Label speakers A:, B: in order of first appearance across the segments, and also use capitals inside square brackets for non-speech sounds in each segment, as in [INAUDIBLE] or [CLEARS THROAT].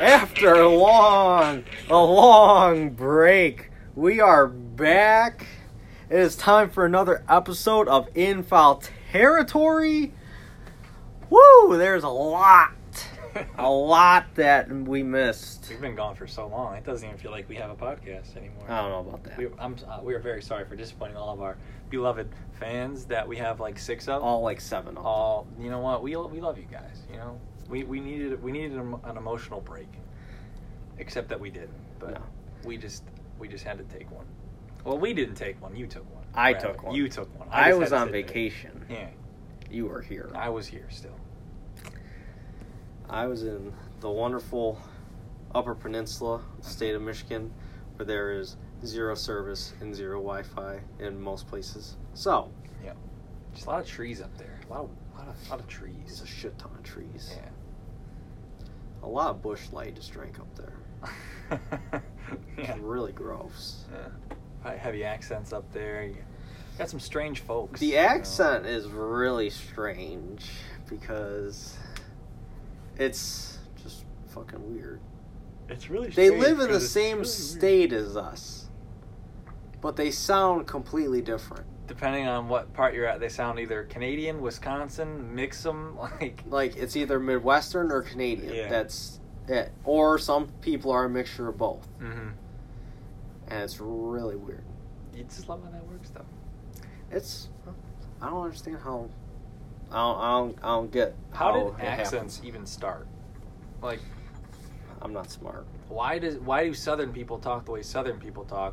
A: after a long, a long break, we are back. It is time for another episode of In File Territory. Woo! There's a lot, a lot that we missed.
B: [LAUGHS] We've been gone for so long. It doesn't even feel like we have a podcast anymore.
A: I don't know about
B: We,
A: that.
B: I'm, uh, we are very sorry for disappointing all of our beloved fans that we have like six of.
A: All like seven. All.
B: All- you know what? We we love you guys. You know, we we needed we needed an, an emotional break. Except that we didn't. But
A: No.
B: we just we just had to take one. Well, we didn't take one. You took one.
A: I
B: rather.
A: took one.
B: You took one.
A: I
B: just
A: was
B: had to
A: on
B: sit there.
A: vacation.
B: Yeah,
A: You were here.
B: I was here still.
A: I was in the wonderful Upper Peninsula, state of Michigan, where there is zero service and zero Wi Fi in most places. So,
B: Yeah, just a lot of trees up there. A lot of lot of, lot of trees.
A: it's a shit ton of trees.
B: Yeah.
A: A lot of bush light is drank up there. [LAUGHS] It's
B: yeah.
A: really gross.
B: Yeah. Probably heavy accents up there. You got some strange folks. you
A: The
B: know.
A: accent is really strange because it's just fucking weird.
B: It's really.
A: They
B: strange
A: live in the
B: 'cause it's
A: same
B: really
A: state as us, but they sound completely different.
B: weird. Depending on what part you're at, they sound either Canadian, Wisconsin, mix them [LAUGHS] like.
A: like it's either Midwestern or Canadian.
B: Yeah.
A: That's it. Or some people are a mixture of both,
B: Mm-hmm.
A: and it's really weird.
B: You just love how that works, though.
A: It's I don't understand how I don't I don't, I don't get how
B: How did
A: Oh, it
B: accents
A: happens.
B: even start? Like,
A: I'm not smart.
B: why does why do Southern people talk the way Southern people talk?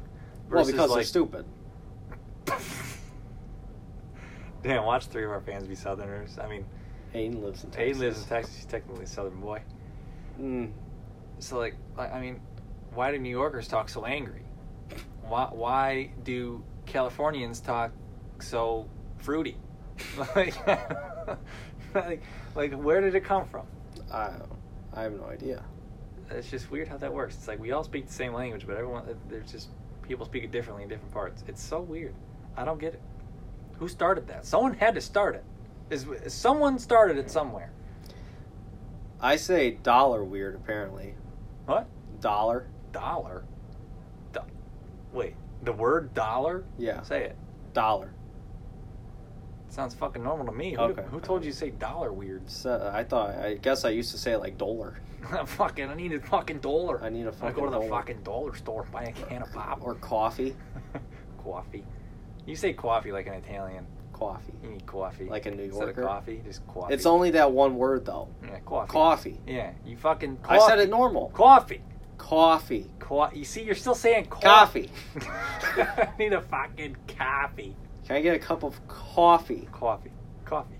A: Well,
B: Versus
A: because they're
B: like,
A: stupid.
B: Damn, watch three of our fans be Southerners. I mean,
A: Hayden lives in Texas.
B: Aiden lives in Texas. He's technically a Southern boy.
A: Mm.
B: So like, like I mean, why do New Yorkers talk so angry? Why why do Californians talk so fruity? [LAUGHS] [LAUGHS] Like, [LAUGHS] like, like, where did it come from?
A: I don't- I have no idea.
B: It's just weird how that works. It's like we all speak the same language, but everyone uh, there's just people speak it differently in different parts. It's so weird. I don't get it. Who started that? Someone had to start it. Is someone started it somewhere?
A: I say dollar weird apparently.
B: What
A: Dollar.
B: dollar? Do- Wait, the word dollar?
A: Yeah.
B: Say it.
A: Dollar.
B: Sounds fucking normal to me. Who,
A: Okay.
B: who told you to say dollar weirds? [LAUGHS]
A: So I thought I guess I used to say it like dollar
B: fucking, I need a fucking dollar.
A: I need a
B: I go
A: fucking
B: to the
A: dollar.
B: fucking dollar store and buy a can of pop [LAUGHS]
A: or coffee.
B: coffee. You say coffee like an Italian.
A: Coffee.
B: You need coffee.
A: Like a New
B: Instead of
A: Yorker?
B: coffee, just Mm, coffee.
A: It's only that one word though.
B: yeah, coffee.
A: Coffee.
B: Yeah, you fucking.
A: I
B: Coffee.
A: said it normal.
B: Coffee.
A: Coffee.
B: Co- you see, you're still saying coffee.
A: Coffee.
B: [LAUGHS] I need a fucking coffee.
A: Can I get a cup of coffee?
B: coffee, coffee,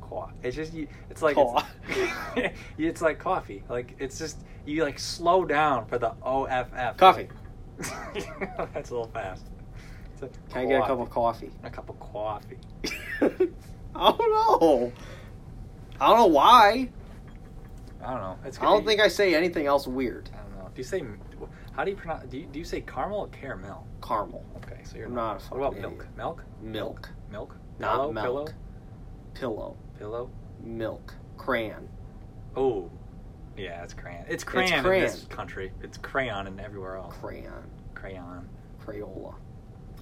B: coffee. It's just you. It's like
A: Cough.
B: it's, [LAUGHS] it's like coffee. Like it's just you like slow down for the OFF.
A: Coffee.
B: [LAUGHS] That's a little fast. It's like
A: Can I get a cup of coffee? [LAUGHS]
B: a cup of coffee?
A: I don't know. I don't know why.
B: I don't know. It's
A: I don't think I say anything else weird.
B: I don't know. Do you say? How do you pronounce? Do you, do you say caramel or caramel?
A: Caramel.
B: Okay, so you're
A: I'm not a
B: What about
A: fucking
B: milk?
A: idiot.
B: Milk?
A: Milk.
B: Milk?
A: Not
B: Pillow?
A: milk. Pillow.
B: Pillow? Pillow?
A: Milk. Crayon.
B: Oh, yeah, it's crayon. It's crayon, in this
A: crayon.
B: country. It's crayon and everywhere else.
A: Crayon.
B: Crayon.
A: Crayola.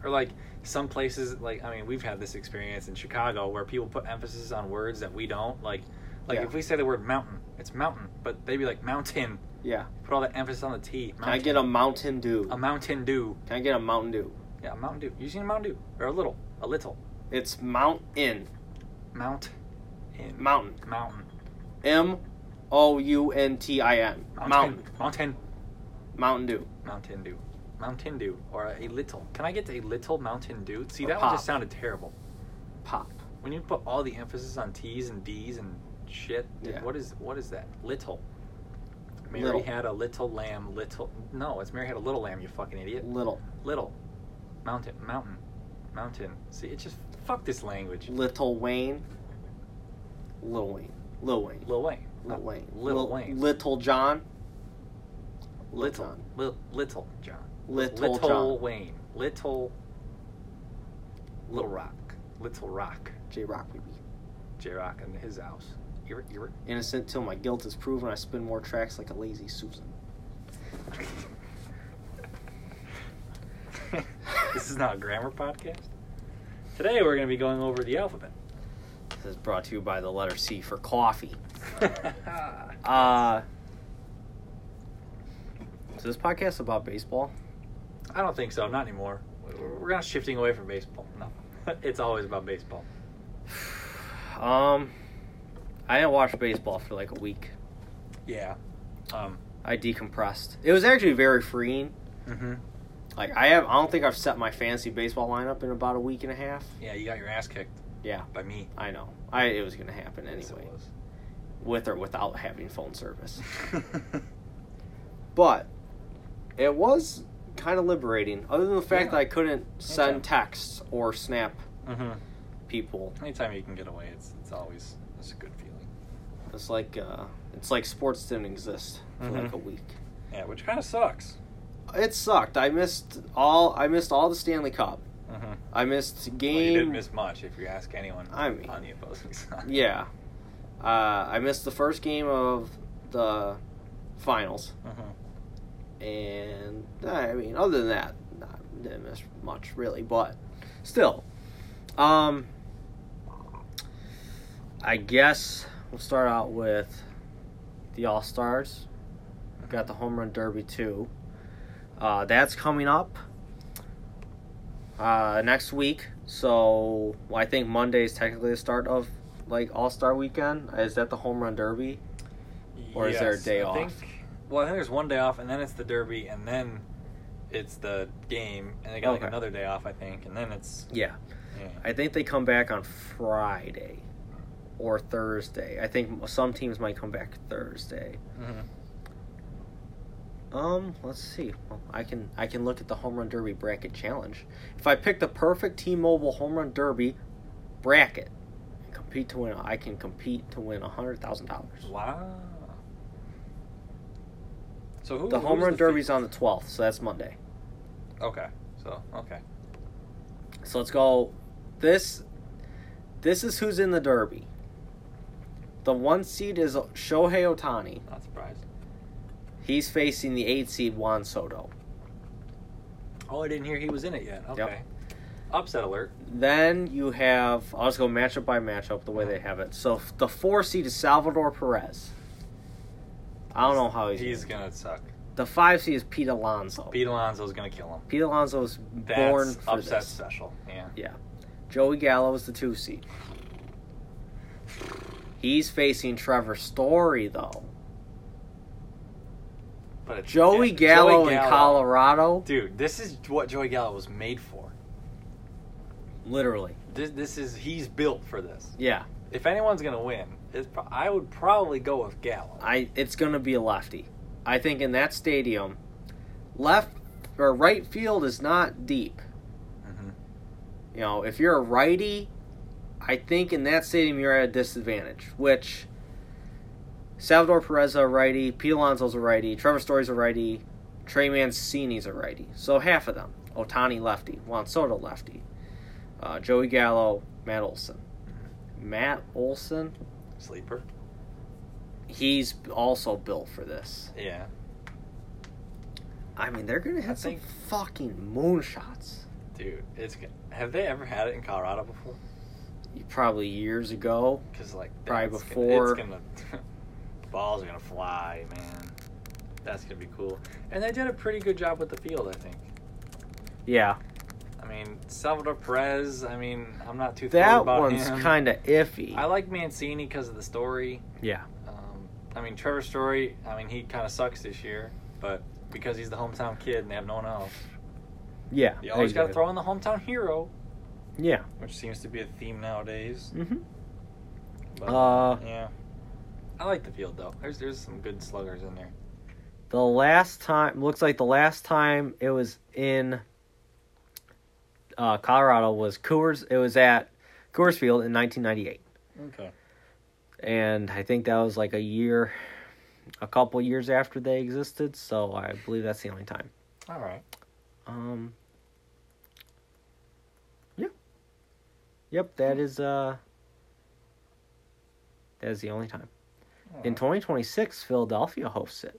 B: or like some places like i mean we've had this experience in chicago where people put emphasis on words that we don't like like
A: Yeah.
B: if we say the word mountain it's mountain but they'd be like mountain
A: Yeah.
B: put all that emphasis on the t
A: Can I
B: mountain.
A: get a Mountain Dew? Um,
B: a mountain dew
A: Can I get a Mountain Dew?
B: yeah a mountain dew you seen a mountain dew or a little a little
A: It's Mountain.
B: mount in
A: Mountain.
B: mountain
A: M O U N T I N. Mountain.
B: mountain
A: Mountain Dew.
B: mountain dew mountain dew or a little can i get a little mountain dew see
A: Or
B: that one just
A: pop.
B: sounded terrible
A: Pop.
B: when you put all the emphasis on T's and D's and shit, dude,
A: Yeah.
B: what is what is that? Little. Mary
A: Little.
B: had a little lamb. Little. No, it's Mary had a little lamb. You fucking idiot.
A: Little.
B: Little. Mountain. Mountain. Mountain. See, it's just fuck this language.
A: Little Wayne. Lil Wayne. Lil Wayne.
B: Lil Wayne.
A: Lil
B: Uh,
A: Wayne.
B: Lil
A: Lil-
B: Wayne.
A: Little John.
B: little. Lil, little John.
A: Little
B: little
A: John.
B: Wayne. Little. Little Rock. Little Rock.
A: J Rock baby.
B: J Rock and his house. Gilbert, Gilbert.
A: Innocent till my guilt is proven. I spin more tracks like a lazy Susan.
B: [LAUGHS] this is not a grammar podcast. Today we're going to be going over the alphabet.
A: This is brought to you by the letter C for coffee.
B: [LAUGHS]
A: Uh, is this podcast about baseball?
B: I don't think so. Not anymore. We're, we're not shifting away from baseball. No, [LAUGHS] it's always about baseball.
A: Um, I didn't watch baseball for like a week.
B: Yeah. Um.
A: I decompressed. It was actually very freeing.
B: hmm
A: Like I have, I don't think I've set my fantasy baseball lineup in about a week and a half.
B: Yeah, you got your ass kicked
A: Yeah,
B: by me.
A: I know. I it was gonna happen
B: Yes, it
A: anyway,
B: was.
A: with or without having phone
B: [LAUGHS]
A: service. But it was kind of liberating, other than the fact
B: Yeah.
A: that I couldn't send
B: Okay.
A: texts or snap
B: Mhm.
A: people.
B: Anytime you can get away, it's it's always it's a good feeling.
A: It's like uh, it's like sports didn't exist for
B: Mhm.
A: like a week.
B: Yeah, which kind of sucks.
A: It sucked. I missed all. I missed all the Stanley Cup.
B: Mm-hmm.
A: I missed game.
B: Well, you didn't miss much if you ask anyone
A: I mean-
B: on the opposing [LAUGHS] side.
A: Yeah. Uh, I missed the first game of the finals,
B: Mhm.
A: and I mean, other than that, I didn't miss much really. But still, um, I guess we'll start out with the All Stars. We've got the Home Run Derby too. Uh, that's coming up uh, next week. So well, I think Monday is technically the start of like All Star Weekend. Is that the Home Run Derby? Or is there a day
B: I
A: off?
B: Think, well, I think there's one day off, and then it's the derby, and then it's the game, and they got like
A: Okay.
B: another day off, I think, and then it's
A: Yeah,
B: yeah.
A: I think they come back on Friday or Thursday. I think some teams might come back Thursday.
B: Mhm.
A: Um, let's see. Well, I can I can look at the home run derby bracket challenge. If I pick the perfect T-Mobile home run derby bracket and compete to win, I can compete to win hundred thousand dollars.
B: Wow. So who
A: The home
B: who's
A: run
B: the
A: derby's
B: fa-
A: on the twelfth, so that's Monday.
B: Okay, so okay,
A: So let's go. This this is who's in the derby. The one seed is Shohei Otani.
B: not surprised.
A: He's facing the eight seed Juan Soto.
B: Oh, I didn't hear he was in it yet. Okay.
A: Yep.
B: Upset alert.
A: Then you have I'll just go matchup by matchup the way they have it. So f- the four seed is Salvador Perez. I don't know how Oh, he's.
B: He's gonna suck.
A: The five seed is Pete Alonso.
B: Pete Alonso's gonna kill him.
A: Pete Alonso is
B: That's
A: born for
B: upset
A: this.
B: special. Yeah.
A: Yeah. Joey Gallo is the two seed. He's facing Trevor Story though.
B: But it's,
A: Joey,
B: yeah,
A: Gallo,
B: Joey
A: in Colorado,
B: Dude, this is what Joey Gallo was made for.
A: literally.
B: This, this is he's built for this.
A: Yeah,
B: If anyone's gonna win, it's pro- I would probably go with Gallo.
A: I it's gonna be a lefty. I think in that stadium, left or right field is not deep.
B: Mm-hmm.
A: You know, if you're a righty, I think in that stadium you're at a disadvantage. Which Salvador Perez is a righty, Pete Alonso's a righty, Trevor Story's a righty, Trey Mancini's a righty. So half of them. Otani lefty, Juan Soto lefty, uh, Joey Gallo, Matt Olson. Matt Olson,
B: Sleeper.
A: he's also built for this.
B: Yeah.
A: I mean, they're gonna
B: I
A: hit some
B: think-
A: fucking moonshots.
B: Dude, it's g- have they ever had it in Colorado before?
A: Probably years ago.
B: Because like
A: Probably
B: that's
A: before-
B: Gonna, [LAUGHS] it's gonna balls are gonna fly, man. That's gonna be cool. And they did a pretty good job with the field, I think.
A: Yeah,
B: I mean, Salvador Perez. I mean, I'm not too thrilled
A: that
B: about
A: one's
B: him.
A: kind of iffy.
B: I like Mancini because of the story.
A: yeah,
B: Um, I mean, Trevor Story, I mean, he kind of sucks this year, but because he's the hometown kid and they have no one else,
A: yeah.
B: you always got to
A: exactly.
B: throw in the hometown hero,
A: Yeah.
B: which seems to be a theme nowadays.
A: Mm-hmm.
B: But,
A: Uh,
B: yeah. I like the field, though. There's, there's some good sluggers in there.
A: The last time looks like the last time it was in uh, Colorado was Coors. It was at Coors Field in 1998,
B: Okay.
A: and I think that was like a year, a couple years after they existed. So I believe that's the only time.
B: All right.
A: Um. Yeah. Yep, that is uh That is the only time. In 2026, Philadelphia hosts it.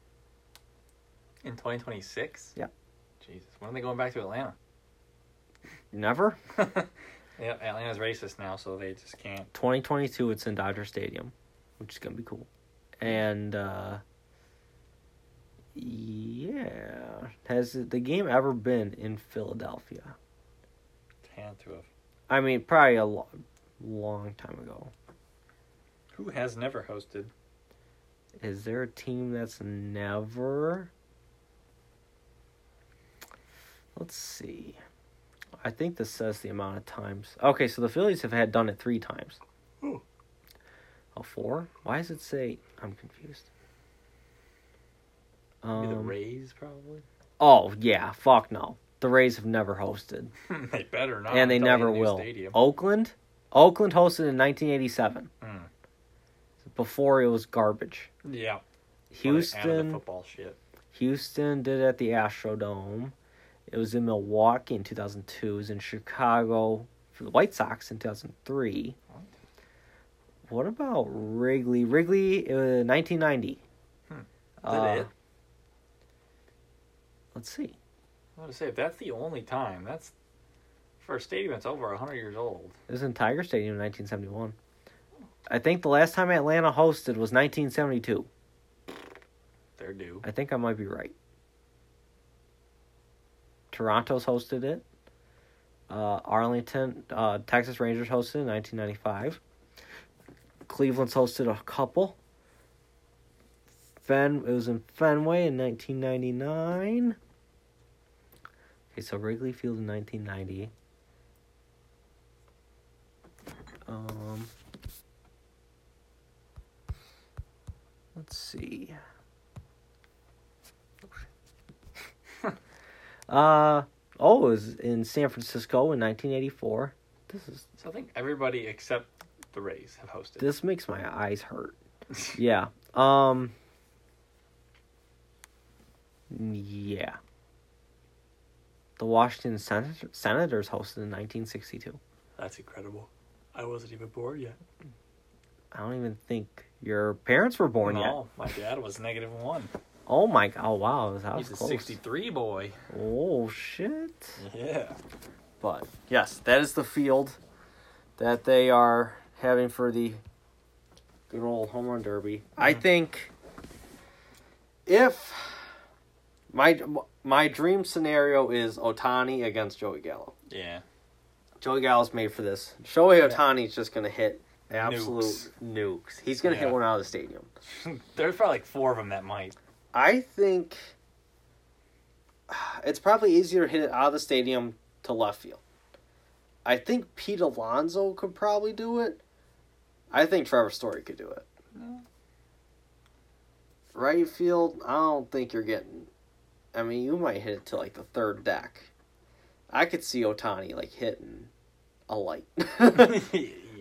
B: In 2026?
A: Yeah.
B: Jesus. When are they going back to Atlanta? [LAUGHS]
A: Never.
B: yeah, Atlanta's racist now, so they just can't.
A: 2022, it's in Dodger Stadium, which is gonna be cool. And uh, yeah, has the game ever been in Philadelphia?
B: Had to have.
A: I mean, probably a lo- long time ago.
B: Who has never hosted?
A: Is there a team that's never? Let's see. I think this says the amount of times. Okay, so the Phillies have had done it three times.
B: Oh.
A: Oh, four? Why does it say? I'm confused.
B: Maybe the
A: Um,
B: Rays, probably. [LAUGHS]
A: oh yeah, fuck no. The Rays have never hosted,
B: they better not.
A: and they
B: until
A: never
B: get a new
A: will.
B: Stadium.
A: Oakland, Oakland hosted in 1987.
B: Mm.
A: Before it was garbage.
B: Yeah. Probably Out of the
A: Houston,
B: football shit.
A: Houston did it at the Astrodome. It was in Milwaukee in 2002. It was in Chicago for the White Sox in 2003.
B: What?
A: What about Wrigley? Wrigley, it was 1990.
B: Hmm. Is
A: Uh,
B: that it?
A: Let's see.
B: I was gonna say if that's the only time, that's for a stadium that's over hundred years old.
A: It was in Tiger Stadium in 1971. I think the last time Atlanta hosted was 1972.
B: They're due.
A: I think I might be right. Toronto's hosted it. Uh, Arlington, uh, Texas Rangers hosted it in 1995. Cleveland's hosted a couple. Fen, it was in Fenway in 1999. Okay, so Wrigley Field in 1990. Um, let's see. Uh oh, it was in San Francisco in 1984. This is
B: So I think everybody except the Rays have hosted.
A: this makes my eyes
B: [LAUGHS]
A: hurt. Yeah. Um. Yeah. The Washington Sen- Senators hosted in 1962.
B: that's incredible. I wasn't even born yet.
A: I don't even think your parents were born
B: no,
A: yet.
B: my dad was negative one.
A: Oh my! g- Oh wow! That was
B: He's a
A: close.
B: sixty-three boy.
A: Oh shit!
B: Yeah.
A: But yes, that is the field that they are having for the good old home run derby. I think if my my dream scenario is Otani against Joey Gallo.
B: Yeah. [LAUGHS]
A: Joey Gallo's made for this. Shohei
B: Yeah.
A: Otani's just gonna hit absolute nukes. He's gonna
B: Yeah.
A: hit one out of the stadium.
B: There's probably like four of them
A: [LAUGHS]
B: that might.
A: I think it's probably easier to hit it out of the stadium to left field. I think Pete Alonso could probably do it. I think Trevor Story could do it. Right field, I don't think you're getting. I mean, you might hit it to like the third deck. I could see Otani like hitting a
B: [LAUGHS]
A: light. [LAUGHS]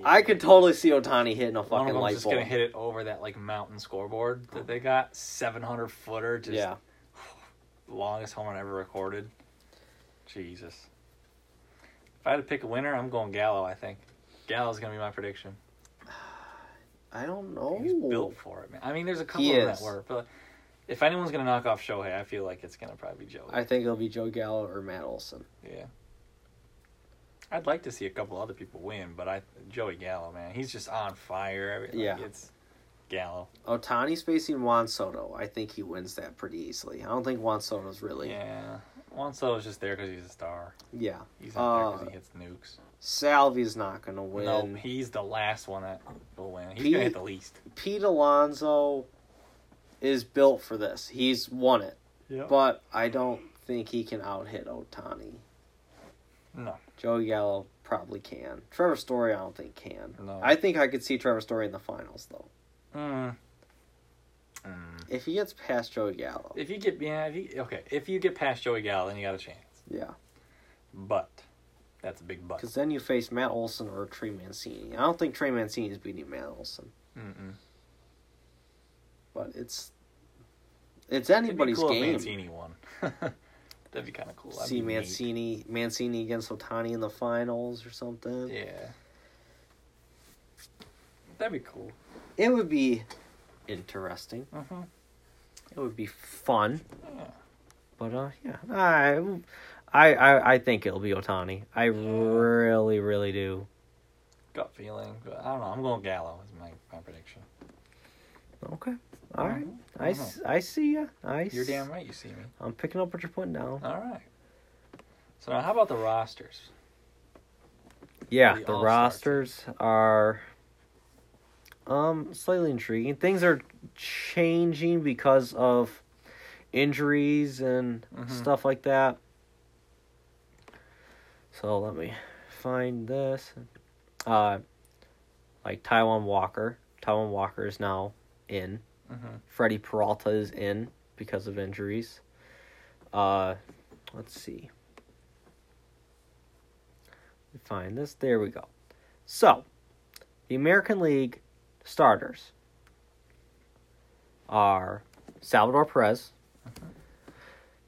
A: I could totally see Otani hitting a
B: One of
A: fucking
B: them's
A: light
B: just
A: bulb.
B: gonna hit it over that like mountain scoreboard that they got, seven hundred footer, just
A: yeah.
B: longest home run ever recorded. Jesus. If I had to pick a winner, I'm going Gallo. I think Gallo's gonna be my prediction.
A: I don't know.
B: He's built for it, man. I mean, there's a couple
A: He
B: of them
A: is.
B: that were, but if anyone's gonna knock off Shohei, I feel like it's gonna probably be Joey.
A: I think it'll be Joe Gallo or Matt Olson.
B: yeah. I'd like to see a couple other people win, but I Joey Gallo, man, he's just on fire. Every- like,
A: Yeah.
B: it's Gallo.
A: Otani's facing Juan Soto. I think he wins that pretty easily. I don't think Juan Soto's really. Yeah.
B: Yeah, Juan Soto's just there because he's a star. He's not there
A: Uh,
B: because he hits nukes.
A: Salvi's not going to win.
B: No, he's the last one that will win. He's
A: Pete-
B: gonna hit the least.
A: Pete Alonso is built for this. He's won it.
B: Yeah.
A: But I don't think he can out hit Otani.
B: No.
A: Joey Gallo probably can. Trevor Story, I don't think can.
B: No.
A: I think I could see Trevor Story in the finals, though.
B: Mm. Mm.
A: If he gets past Joey Gallo.
B: If you get yeah, if you, okay, if you get past Joey Gallo, then you got a chance.
A: Yeah.
B: But that's a big but.
A: Because then you face Matt Olson or Trey Mancini. I don't think Trey Mancini is beating Matt Olson.
B: Mm-mm.
A: but it's it's
B: It'd be
A: anybody's
B: cool if
A: game.
B: Mancini won. [LAUGHS] That'd be kind of cool. That'd
A: See
B: be neat.
A: Mancini, Mancini against Otani in the finals or something.
B: Yeah. That'd be cool.
A: It would be interesting.
B: Mhm.
A: It would be fun.
B: Yeah.
A: But uh, yeah, I, I, I, I think it'll be Otani. I really, really do.
B: Gut feeling. but I don't know. I'm going Gallo is my, my prediction.
A: Okay, all right. I, s- I see ya. I.
B: Uh-huh. You're
A: s-
B: damn right you see me.
A: I'm picking up what you're putting down.
B: All right. So now how about the rosters?
A: Yeah,
B: the
A: the
B: All-Star
A: rosters are um slightly intriguing. Things are changing because of injuries and
B: Mhm.
A: stuff like that. So let me find this. Uh like Taiwan Walker. Taiwan Walker is now in.
B: Mm-hmm.
A: Freddie Peralta is in because of injuries. Uh, let's see. We Find this. There we go. So, the American League starters are Salvador Perez,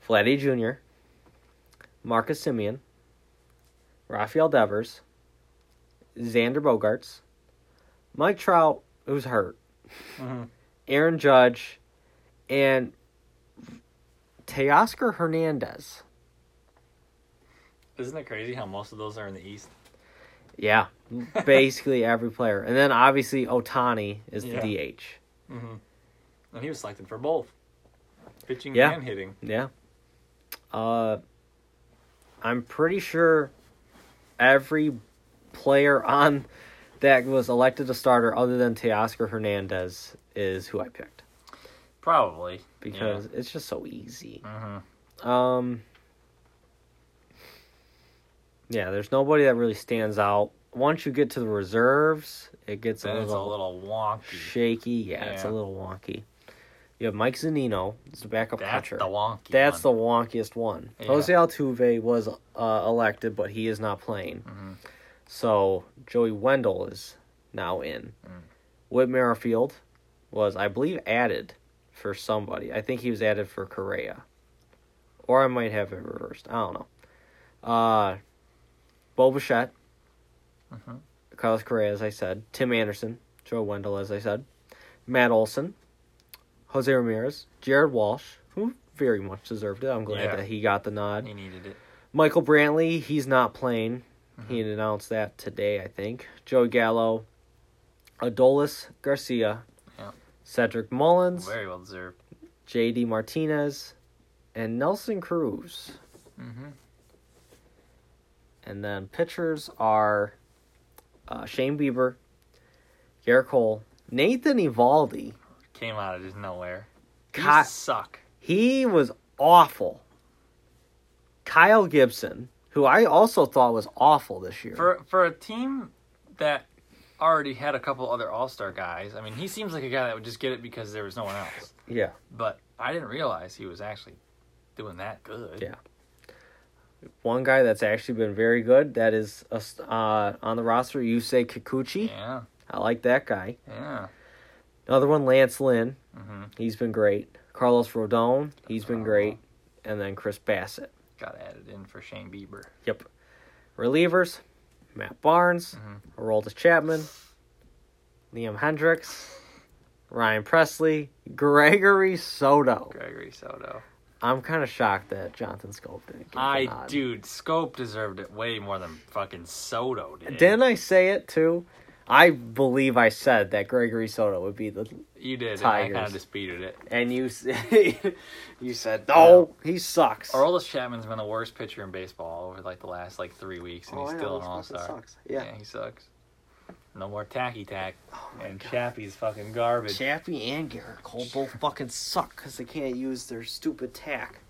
A: Vladdy Jr., Marcus Simeon, Rafael Devers, Xander Bogarts, Mike Trout, who's hurt,
B: Mm-hmm.
A: Aaron Judge, and Teoscar Hernandez.
B: Isn't it crazy how most of those are in the East?
A: Yeah, [LAUGHS] basically every player. And then obviously Otani is the
B: Yeah.
A: DH.
B: Mm-hmm. And he was selected for both pitching
A: Yeah.
B: and hitting.
A: Yeah. Uh, I'm pretty sure every player on that was elected a starter other than Teoscar Hernandez is who I picked
B: Probably.
A: because it's just so easy.
B: Mm-hmm.
A: Um. Yeah, there's nobody that really stands out. Once you get to the reserves, it gets a
B: Then
A: little,
B: it's a little wonky.
A: shaky. Yeah, it's a
B: Yeah.
A: little wonky. You have Mike Zanino, it's the backup
B: That's
A: catcher.
B: the wonky.
A: That's the wonkiest one.
B: Yeah.
A: Jose Altuve was uh, elected, but he is not playing.
B: Mhm.
A: So Joey Wendell is now in.
B: Mm.
A: Whit Merrifield was, I believe, added for somebody. I think he was added for Correa. Or I might have it reversed. I don't know. Uh, Bo Bichette,
B: Mhm.
A: Carlos Correa, as I said. Tim Anderson, Joe Wendell, as I said. Matt Olson, Jose Ramirez, Jared Walsh, who very much deserved it. I'm glad
B: Yeah.
A: that he got the nod.
B: He needed it.
A: Michael Brantley, he's not playing.
B: Mm-hmm.
A: He announced that today, I think. Joe Gallo, Adolis Garcia,
B: Yeah.
A: Cedric Mullins,
B: Very well deserved.
A: J.D. Martinez, and Nelson Cruz.
B: Mm-hmm.
A: And then pitchers are uh, Shane Bieber, Garrett Cole, Nathan Ivaldi.
B: Came out of just nowhere.
A: Ki-
B: You suck.
A: he was awful. Kyle Gibson, who I also thought was awful this year.
B: For for a team that already had a couple other All Star guys, I mean, he seems like a guy that would just get it because there was no one else.
A: yeah.
B: But I didn't realize he was actually doing that good.
A: Yeah. one guy that's actually been very good that is uh, on the roster, Yusei Kikuchi.
B: Yeah.
A: I like that guy.
B: Yeah.
A: Another one, Lance Lynn.
B: Mm-hmm.
A: He's been great. Carlos Rodon. He's been great. And then Chris Bassett.
B: Got added in for Shane Bieber.
A: Yep. Relievers, Matt Barnes,
B: Mhm.
A: Aroldis Chapman, Liam Hendricks, Ryan Presley, Gregory Soto.
B: Gregory Soto.
A: I'm kind of shocked that Jonathan Scope didn't get the
B: I
A: nod.
B: dude, Scope deserved it way more than fucking Soto did.
A: Didn't I say it too? I believe I said that Gregory Soto would be the,
B: you did. and I
A: Tigers.
B: kind of disputed it.
A: and you s- [LAUGHS] you said no, he sucks.
B: Aroldis Chapman's been the worst pitcher in baseball over like the last like three weeks,
A: Oh,
B: and he's still an All Star.
A: Yeah, Oh
B: he sucks. No more tacky tack. and Chappie's fucking garbage.
A: Chappie and Garrett Cole both fucking suck because they can't use their stupid tack.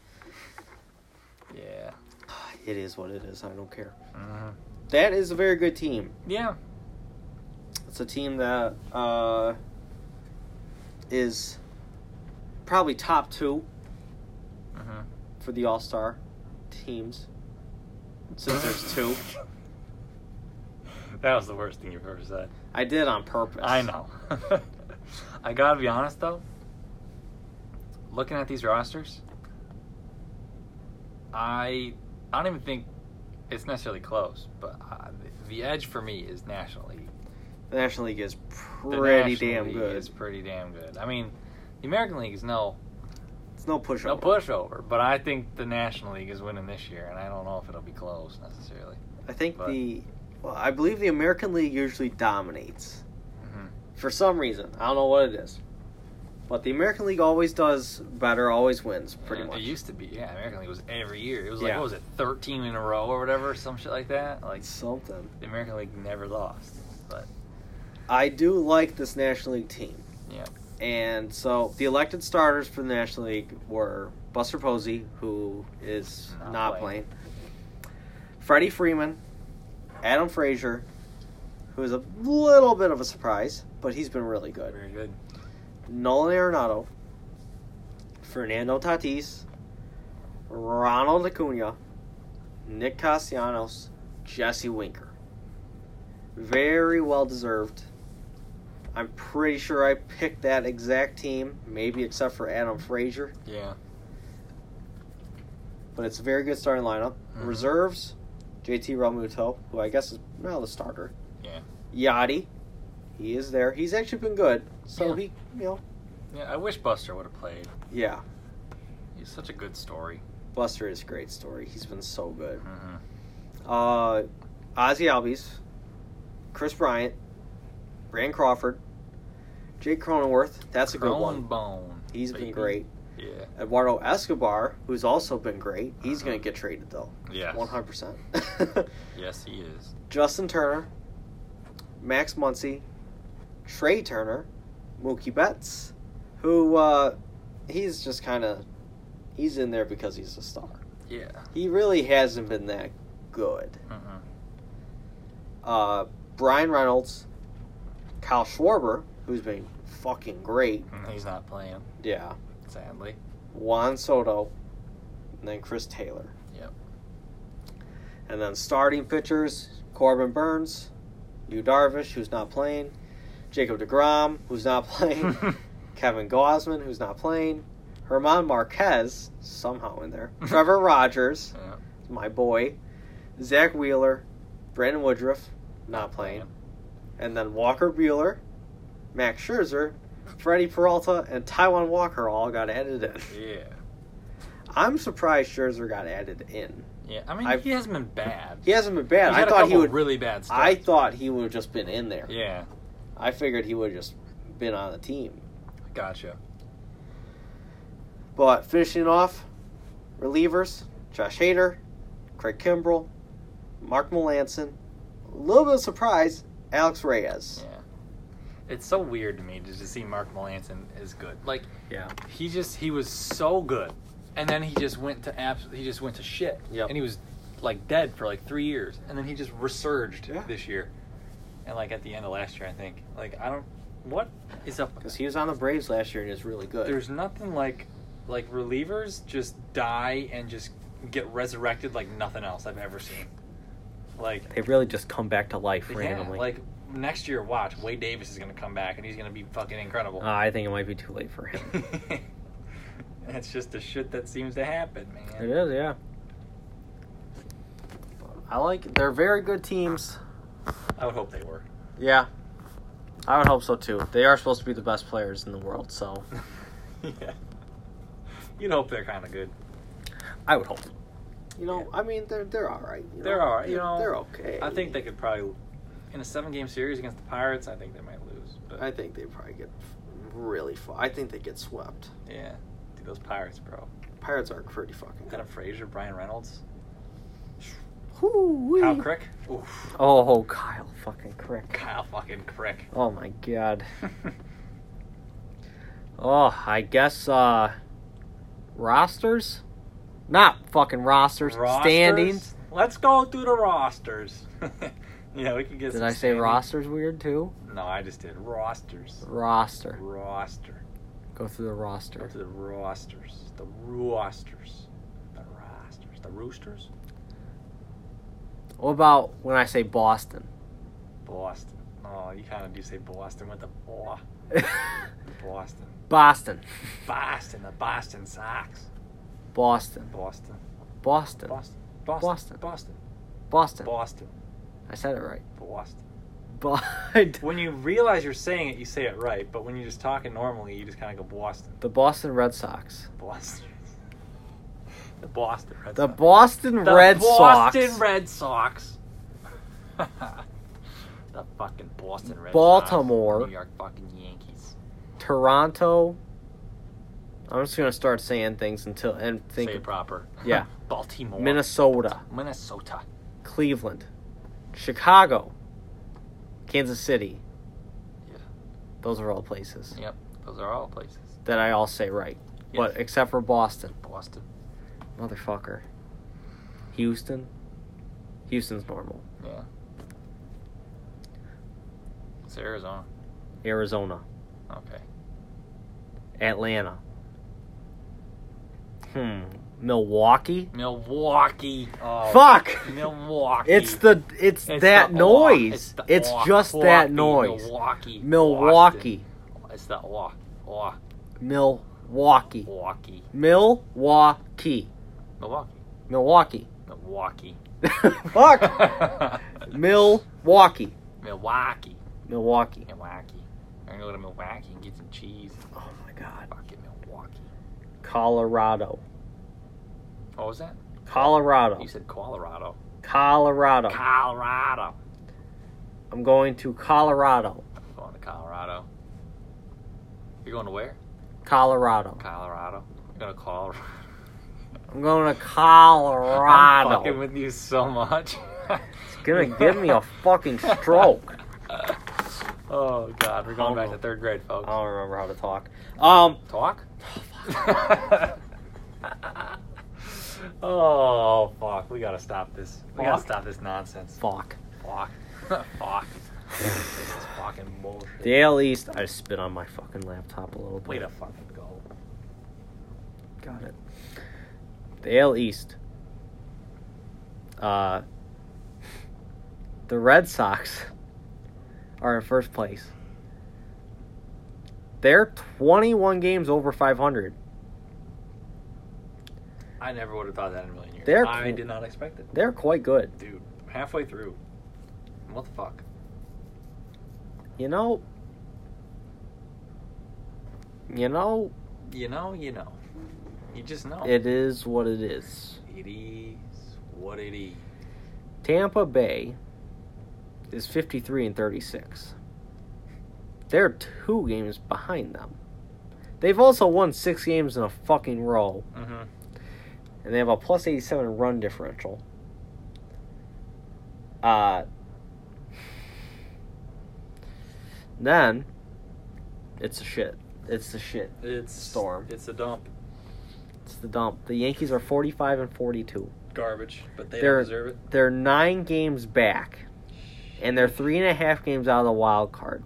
B: yeah.
A: [SIGHS] It is what it is. I don't care.
B: Mhm.
A: That is a very good team.
B: Yeah.
A: It's a team that uh, is probably top two
B: hmm
A: for the All Star teams since there's two.
B: [LAUGHS] That was the worst thing you've ever said.
A: I did on purpose.
B: I know. [LAUGHS] I gotta be honest though. Looking at these rosters, I I don't even uh, think it's necessarily close. But I, the edge for me is National League.
A: The National League is pretty
B: The National
A: damn
B: League
A: good.
B: Is pretty damn good. I mean, the American League is no
A: It's no pushover.
B: no pushover, but I think the National League is winning this year, and I don't know if it'll be close necessarily.
A: I think
B: but-
A: the well, I believe the American League usually dominates
B: Mhm.
A: for some reason. I don't know what it is, but the American League always does better, always wins, pretty
B: Uh,
A: much.
B: It used to be, yeah. American League was every year. It was
A: Yeah.
B: like what was it, thirteen in a row or whatever, some shit like that. Like
A: It's something.
B: the American League never lost, but
A: I do like this National League team.
B: Yeah.
A: And so the elected starters for the National League were Buster Posey, who is
B: Not
A: not,
B: playing.
A: playing. Freddie Freeman, Adam Frazier, who is a little bit of a surprise, but he's been really good.
B: very good.
A: Nolan Arenado, Fernando Tatis, Ronald Acuna, Nick Castellanos, Jesse Winker. Very well deserved. I'm pretty sure I picked that exact team, maybe except for Adam Frazier,
B: Yeah.
A: but it's a very good starting lineup.
B: Mhm.
A: Reserves, JT Realmuto, who I guess is now the starter.
B: Yeah.
A: Yachty, he is there. He's actually been good, so
B: Yeah.
A: he, you know,
B: Yeah. I wish Buster would have played.
A: yeah.
B: He's such a good story.
A: Buster is a great story. He's been so good.
B: Mm-hmm.
A: Uh, Ozzy Albies, Chris Bryant, Brand Crawford, Jake Cronenworth. That's a good one.
B: Bone.
A: He's been great.
B: Yeah.
A: Eduardo Escobar, who's also been great. He's
B: Mhm.
A: going to get traded though.
B: Yes.
A: One hundred percent. [LAUGHS]
B: Yes, he is.
A: Justin Turner, Max Muncy, Trey Turner, Mookie Betts, who uh, he's just kind of he's in there because he's a star.
B: Yeah.
A: He really hasn't been that good.
B: Mm-hmm. [LAUGHS]
A: uh, Brian Reynolds, Kyle Schwarber, who's been fucking great.
B: He's not playing,
A: Yeah. [LAUGHS]
B: sadly.
A: Juan Soto, and then Chris Taylor.
B: Yep.
A: And then starting pitchers Corbin Burns, Yu Darvish, who's not playing, Jacob DeGrom, who's not
B: [LAUGHS]
A: playing, Kevin Gosman, who's not playing, Herman Marquez, somehow in there, Trevor Rogers,
B: Yeah.
A: my boy, Zach Wheeler, Brandon Woodruff, not playing. and then Walker Bueller, Max Scherzer, Freddie Peralta, and Taiwan Walker all got added in.
B: Yeah.
A: I'm surprised Scherzer got added in.
B: Yeah. I mean,
A: I've-
B: he hasn't been bad.
A: He hasn't been bad.
B: He's
A: I
B: had a
A: thought he
B: couple
A: would.
B: really bad stuff.
A: I thought he would have just been in there.
B: Yeah.
A: I figured he would have just been on the team.
B: Gotcha.
A: But finishing off, relievers: Josh Hader, Craig Kimbrell, Mark Melanson. A little bit of surprise, Alex Reyes.
B: Yeah. It's so weird to me to just see Mark Melanson is good. Like
A: Yeah.
B: he just he was so good, and then he just went to abs- he just went to shit.
A: Yep.
B: And he was like dead for like three years, and then he just resurged
A: Yeah.
B: this year, and like at the end of last year, I think. Like I don't what is up. with
A: Because he was on the Braves last year and is really good.
B: There's nothing like like relievers just die and just get resurrected like nothing else I've ever seen. Like
A: they really just come back to life randomly.
B: yeah, like next year, watch Wade Davis is gonna come back and he's gonna be fucking incredible.
A: Uh, I think it might be too late for him.
B: [LAUGHS] That's just the shit that seems to happen, man.
A: it is, yeah. I like. They're very good teams.
B: I would hope they were. [LAUGHS]
A: Yeah, I would hope so too. They are supposed to be the best players in the world, so
B: yeah. You'd hope they're kind of good.
A: [LAUGHS] I would hope. You know, I mean, they're they're all right. you
B: They're
A: know?
B: all right, you
A: They're-
B: know.
A: they're okay.
B: I think they could probably, in a seven-game series against the Pirates, I think they might lose. But
A: I think they probably get really. Fu- I think they get swept.
B: yeah, dude, those Pirates, bro.
A: Pirates are pretty fucking good.
B: Adam Frazier, Brian Reynolds,
A: Hoo-wee.
B: Kyle Crick. Oof.
A: Oh, Kyle fucking Crick.
B: Kyle fucking
A: [LAUGHS]
B: Crick.
A: Oh my god. Oh, I guess uh rosters? Not fucking rosters, standings.
B: Rosters? Let's go through the rosters. [LAUGHS] yeah, we can get.
A: Did
B: some
A: I say
B: standings.
A: rosters weird too?
B: No, I just did rosters.
A: Roster.
B: Roster.
A: Go through the
B: Go
A: roster.
B: to the rosters. The rosters. The rosters. The roosters?
A: What about when I say Boston? [LAUGHS]
B: Boston. Oh, you kind of do say Boston with the oh, Boston.
A: Boston.
B: Boston. The Boston Sox.
A: Boston.
B: Boston.
A: Boston.
B: Boston.
A: Boston.
B: Boston. Boston.
A: Boston.
B: Boston.
A: I said it right.
B: Boston.
A: but
B: When you realize you're saying it, you say it right. But when you're just talking normally, you just kind of go Boston,
A: [LAUGHS] the Boston Red Sox.
B: Boston, [LAUGHS] the Boston Red
A: The
B: Sox.
A: Boston
B: The
A: Red
B: Boston
A: Sox.
B: Red Sox. [LAUGHS] the fucking Boston Red Sox.
A: Baltimore.
B: New York fucking Yankees.
A: Toronto. I'm just gonna start saying things until and think
B: Say it proper.
A: [LAUGHS] Yeah.
B: [LAUGHS] Baltimore.
A: Minnesota,
B: Minnesota.
A: Cleveland, Chicago, Kansas City.
B: Yeah.
A: Those are all places
B: Yep. Those are all places.
A: that I all say right, but
B: Yes.
A: except for Boston,
B: Boston.
A: motherfucker. Houston. Houston's normal.
B: Yeah. It's Arizona.
A: Arizona,
B: Okay.
A: Atlanta. Hmm. Milwaukee.
B: Milwaukee. Oh,
A: Fuck.
B: Milwaukee.
A: It's the it's,
B: It's
A: that
B: the aw-
A: noise.
B: the
A: It's,
B: aw-
A: just that
B: Milwaukee,
A: noise.
B: Milwaukee.
A: Milwaukee.
B: Boston. It's the aw, aw,
A: Milwaukee.
B: Milwaukee.
A: Milwaukee.
B: Milwaukee.
A: Milwaukee.
B: Milwaukee.
A: [LAUGHS] Fuck.
B: [LAUGHS]
A: Milwaukee.
B: Milwaukee.
A: Milwaukee.
B: Milwaukee. I'm gonna go to Milwaukee and get some cheese.
A: Oh my god.
B: Fucking Milwaukee.
A: Colorado.
B: What was that?
A: Colorado.
B: You said Colorado.
A: Colorado.
B: Colorado.
A: I'm going to Colorado.
B: I'm going to Colorado. You're going to where?
A: Colorado.
B: Colorado. You're going to Colorado.
A: I'm going to
B: [LAUGHS] I'm fucking
A: Colorado.
B: with you so much.
A: It's gonna give me a fucking
B: [LAUGHS]
A: stroke.
B: Oh god, we're going back
A: Colorado.
B: to third grade,
A: I
B: folks.
A: don't remember how to talk. Um
B: Talk. [LAUGHS] oh fuck, we gotta stop this. We gotta
A: Fuck.
B: stop this nonsense.
A: fuck.
B: Fuck. fuck. [LAUGHS] This is fucking bullshit.
A: Dale East I spit on my fucking laptop a little bit.
B: Way to fucking go.
A: Got it. Dale East. Uh, the Red Sox are in first place. They're 21 games over 500.
B: I never would have thought that in a million years.
A: They're
B: I
A: cool.
B: did not expect it.
A: They're quite good.
B: Dude, I'm halfway through. What the fuck?
A: You know, you know,
B: You know, you know. You just know.
A: it is what it is.
B: it is what it is.
A: Tampa Bay is 53 and 36. They're two games behind them. They've also won six games in a fucking row,
B: Mm-hmm.
A: and they have a plus 87 run differential. Uh, then, it's a shit. It's the shit.
B: It's
A: Storm.
B: It's a dump.
A: It's the dump. The Yankees are 45 and 42.
B: Garbage. But they
A: They're-
B: don't deserve it.
A: They're nine games back, and they're three and a half games out of the wild card.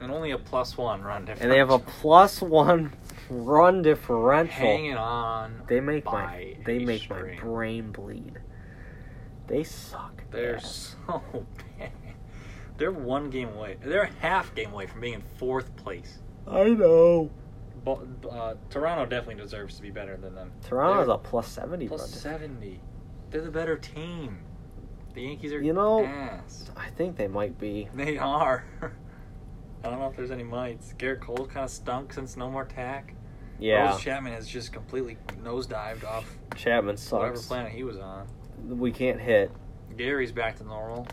B: And only a plus one run difference.
A: and they have a plus one run differential.
B: hanging on.
A: they make my
B: by
A: they
B: a
A: make
B: string.
A: my brain bleed. They suck.
B: They're
A: ass.
B: so [LAUGHS] bad. They're one game away. They're a half game away from being in fourth place.
A: I know.
B: Bo- uh, Toronto definitely deserves to be better than them.
A: Toronto's
B: They're
A: a plus seventy.
B: plus
A: run.
B: seventy. They're the better team. The Yankees are
A: You know-
B: ass.
A: I think they might be.
B: They are. [LAUGHS] I don't know if there's any mites. Garrett Cole kind of stunk since no more tack.
A: Yeah,
B: Rose Chapman has just completely nosedived off
A: Chapman
B: whatever
A: sucks.
B: planet he was on.
A: We can't hit.
B: Gary's back to normal.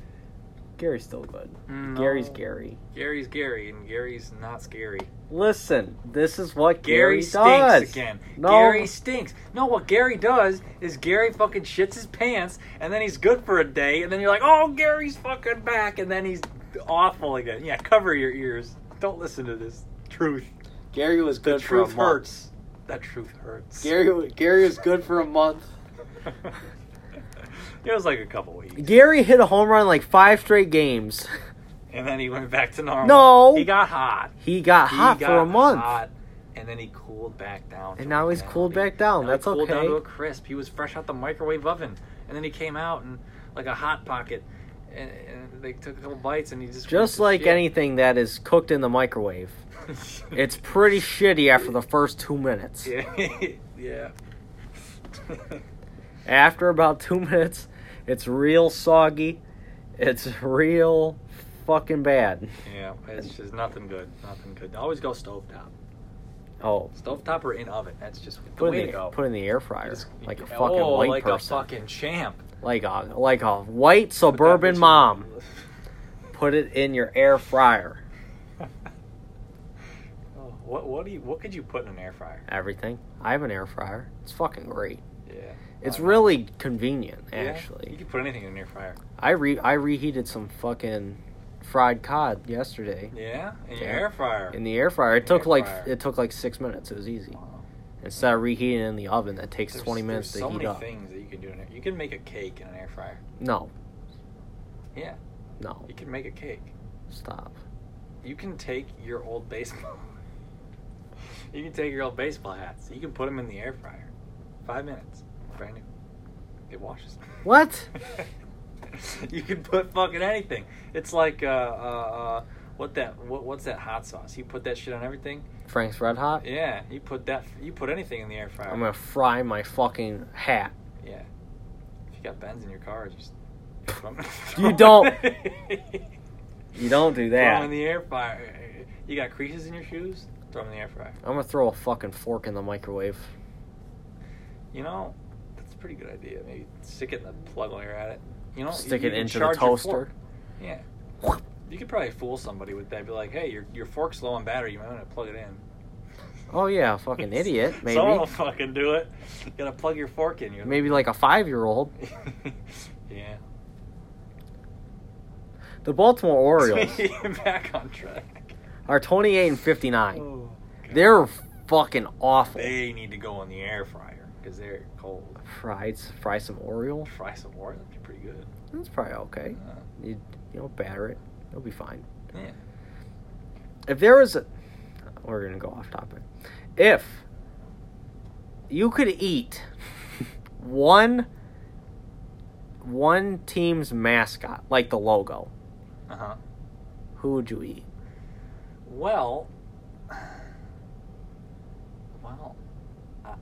A: Gary's still good.
B: Mm, No.
A: Gary's Gary.
B: Gary's Gary, and Gary's not scary.
A: Listen, this is what
B: Gary
A: Gary,
B: stinks
A: does.
B: again.
A: No.
B: Gary stinks. No, what Gary does is Gary fucking shits his pants, and then he's good for a day, and then you're like, oh, Gary's fucking back, and then he's awful again. Yeah, cover your ears. Don't listen to this truth.
A: Gary was
B: The
A: good for a
B: truth
A: month.
B: hurts. That truth hurts.
A: Gary Gary was good for a month.
B: [LAUGHS] it was like a couple weeks,
A: Gary hit a home run like five straight games. [LAUGHS]
B: and then he went back to normal.
A: No.
B: he got hot.
A: He got
B: He
A: hot for
B: got
A: a month.
B: hot, and then he cooled back down. to
A: And now he's
B: reality.
A: cooled back down.
B: Now he
A: That's
B: cooled down
A: okay.
B: to a crisp. He was fresh out the microwave oven, and then he came out and like a hot pocket, and, and they took a couple bites, and he just went
A: Just
B: to
A: like
B: shit.
A: anything that is cooked in the microwave, it's pretty shitty after the first two minutes.
B: yeah, [LAUGHS] yeah.
A: [LAUGHS] After about two minutes, it's real soggy. It's real fucking bad.
B: Yeah, it's just nothing good. Nothing good. Always go stovetop.
A: Oh,
B: Stovetop or in oven. That's just the
A: put
B: way
A: in
B: to
A: the,
B: go.
A: put in the air fryer
B: Just-
A: like a fucking
B: oh,
A: white
B: like
A: person,
B: a fucking champ.
A: like a like a white
B: Put that
A: suburban
B: bitch- [LAUGHS]
A: mom. Put it in your air fryer.
B: Oh, what what do you what could you put in an air fryer?
A: Everything. I have an air fryer. It's fucking great.
B: Oh, Yeah,
A: It's
B: I don't
A: really convenient,
B: know. Yeah,
A: actually.
B: you could put anything in an air fryer.
A: I re I reheated some fucking fried cod yesterday
B: Yeah, in your
A: Yeah.
B: air fryer.
A: in the air fryer. It
B: Air
A: took like
B: fryer.
A: it took like six minutes. It was easy.
B: Wow.
A: Instead of reheating in the oven, that takes
B: There's-
A: twenty minutes
B: there's
A: to
B: so
A: heat
B: many
A: up.
B: things that you can do in it. You can make a cake in an air fryer.
A: No,
B: Yeah,
A: no,
B: you can make a cake.
A: stop.
B: You can take your old baseball. [LAUGHS] you can take your old baseball hats. You can put them in the air fryer. Five minutes, brand new. It washes.
A: What?
B: [LAUGHS] you can put fucking anything. It's like uh, uh, uh what that what, what's that hot sauce? You put that shit on everything.
A: Frank's Red Hot.
B: Yeah, you put that. You put anything in the air fryer.
A: I'm gonna fry my fucking hat.
B: Yeah. If you got bends in your car, just.
A: You don't-
B: [LAUGHS]
A: You
B: you
A: don't do
B: Throw
A: that.
B: them in the air fryer. You got creases in your shoes? Throw them in the air fryer.
A: I'm gonna throw a fucking fork in the microwave.
B: You know, that's a pretty good idea. Maybe stick it in the plug while you're at it. You know,
A: Stick
B: you,
A: it
B: you can
A: into the
B: charge your
A: toaster.
B: fork. Yeah. You could probably fool somebody with that. Be like, hey, your your fork's low on battery. You might want to plug it in.
A: Oh yeah,
B: [LAUGHS]
A: fucking idiot. Maybe
B: Someone will fucking do it. You gotta plug your fork in. You know?
A: maybe like a five year old.
B: [LAUGHS] yeah.
A: The Baltimore
B: [LAUGHS]
A: Orioles
B: Back on track.
A: are 28 and 59.
B: Oh, God.
A: They're fucking awful.
B: They need to go in the air fryer because they're cold.
A: Fried, fry some Oreo.
B: Fry some more, that'd be pretty good.
A: That's probably okay.
B: Uh,
A: You, you know, batter it. It'll be fine.
B: yeah.
A: If there was a, we're gonna go off topic. If you could eat [LAUGHS] one one team's mascot, like the logo,
B: Uh huh.
A: who would you eat?
B: Well, well, uh,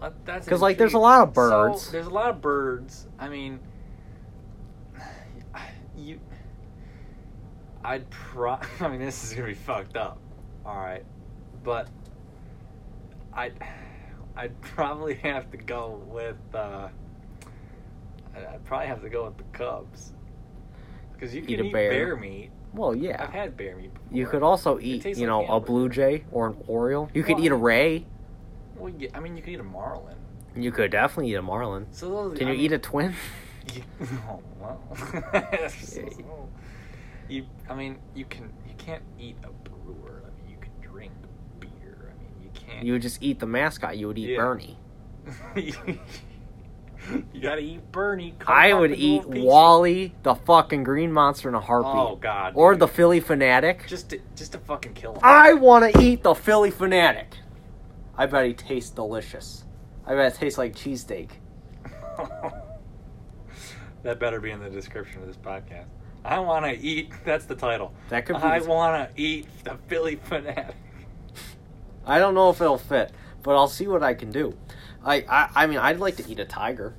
B: well, that's
A: 'Cause, like, there's a
B: intriguing.
A: lot of
B: So,
A: birds.
B: there's a lot of birds. I mean, [SIGHS] you. I'd pro. [LAUGHS] I mean, this is gonna be fucked up. All right, but I, would I'd probably have to go with. Uh, I'd- I'd probably have to go with the Cubs. Because you
A: Eat
B: can
A: a
B: eat
A: bear.
B: bear, meat.
A: Well,
B: I've
A: yeah,
B: had bear meat. Before.
A: you could also eat,
B: tastes
A: you
B: like
A: know, a
B: hamburger.
A: blue jay or an Oriole. You could
B: Well,
A: eat a
B: I-
A: ray.
B: Well, yeah, I mean, you could eat a marlin.
A: You could definitely eat a marlin.
B: So those,
A: Can
B: I
A: you
B: mean,
A: eat a twin?
B: [LAUGHS] You, oh well. [LAUGHS] you, I mean, you can. You can't eat a brewer. I mean, you can drink beer. I mean, you can't.
A: You would just eat the mascot. You would eat
B: Yeah.
A: Bernie.
B: [LAUGHS] you gotta eat Bernie. cut
A: I
B: off
A: would
B: the little
A: eat
B: piece.
A: Wally, the fucking green monster, and a
B: Oh
A: harpy,
B: God.
A: or
B: dude.
A: the Ah! Philly fanatic.
B: just to, just to fucking kill him.
A: I want to eat the Philly fanatic. I bet he tastes delicious. I bet it tastes like cheesesteak.
B: [LAUGHS] that better be in the description of this podcast. I want to eat. That's the title.
A: That could be.
B: I
A: the-
B: want to eat the Philly fanatic.
A: I don't know if it'll fit, but I'll see what I can do. I, I, I mean, I'd like to eat a tiger.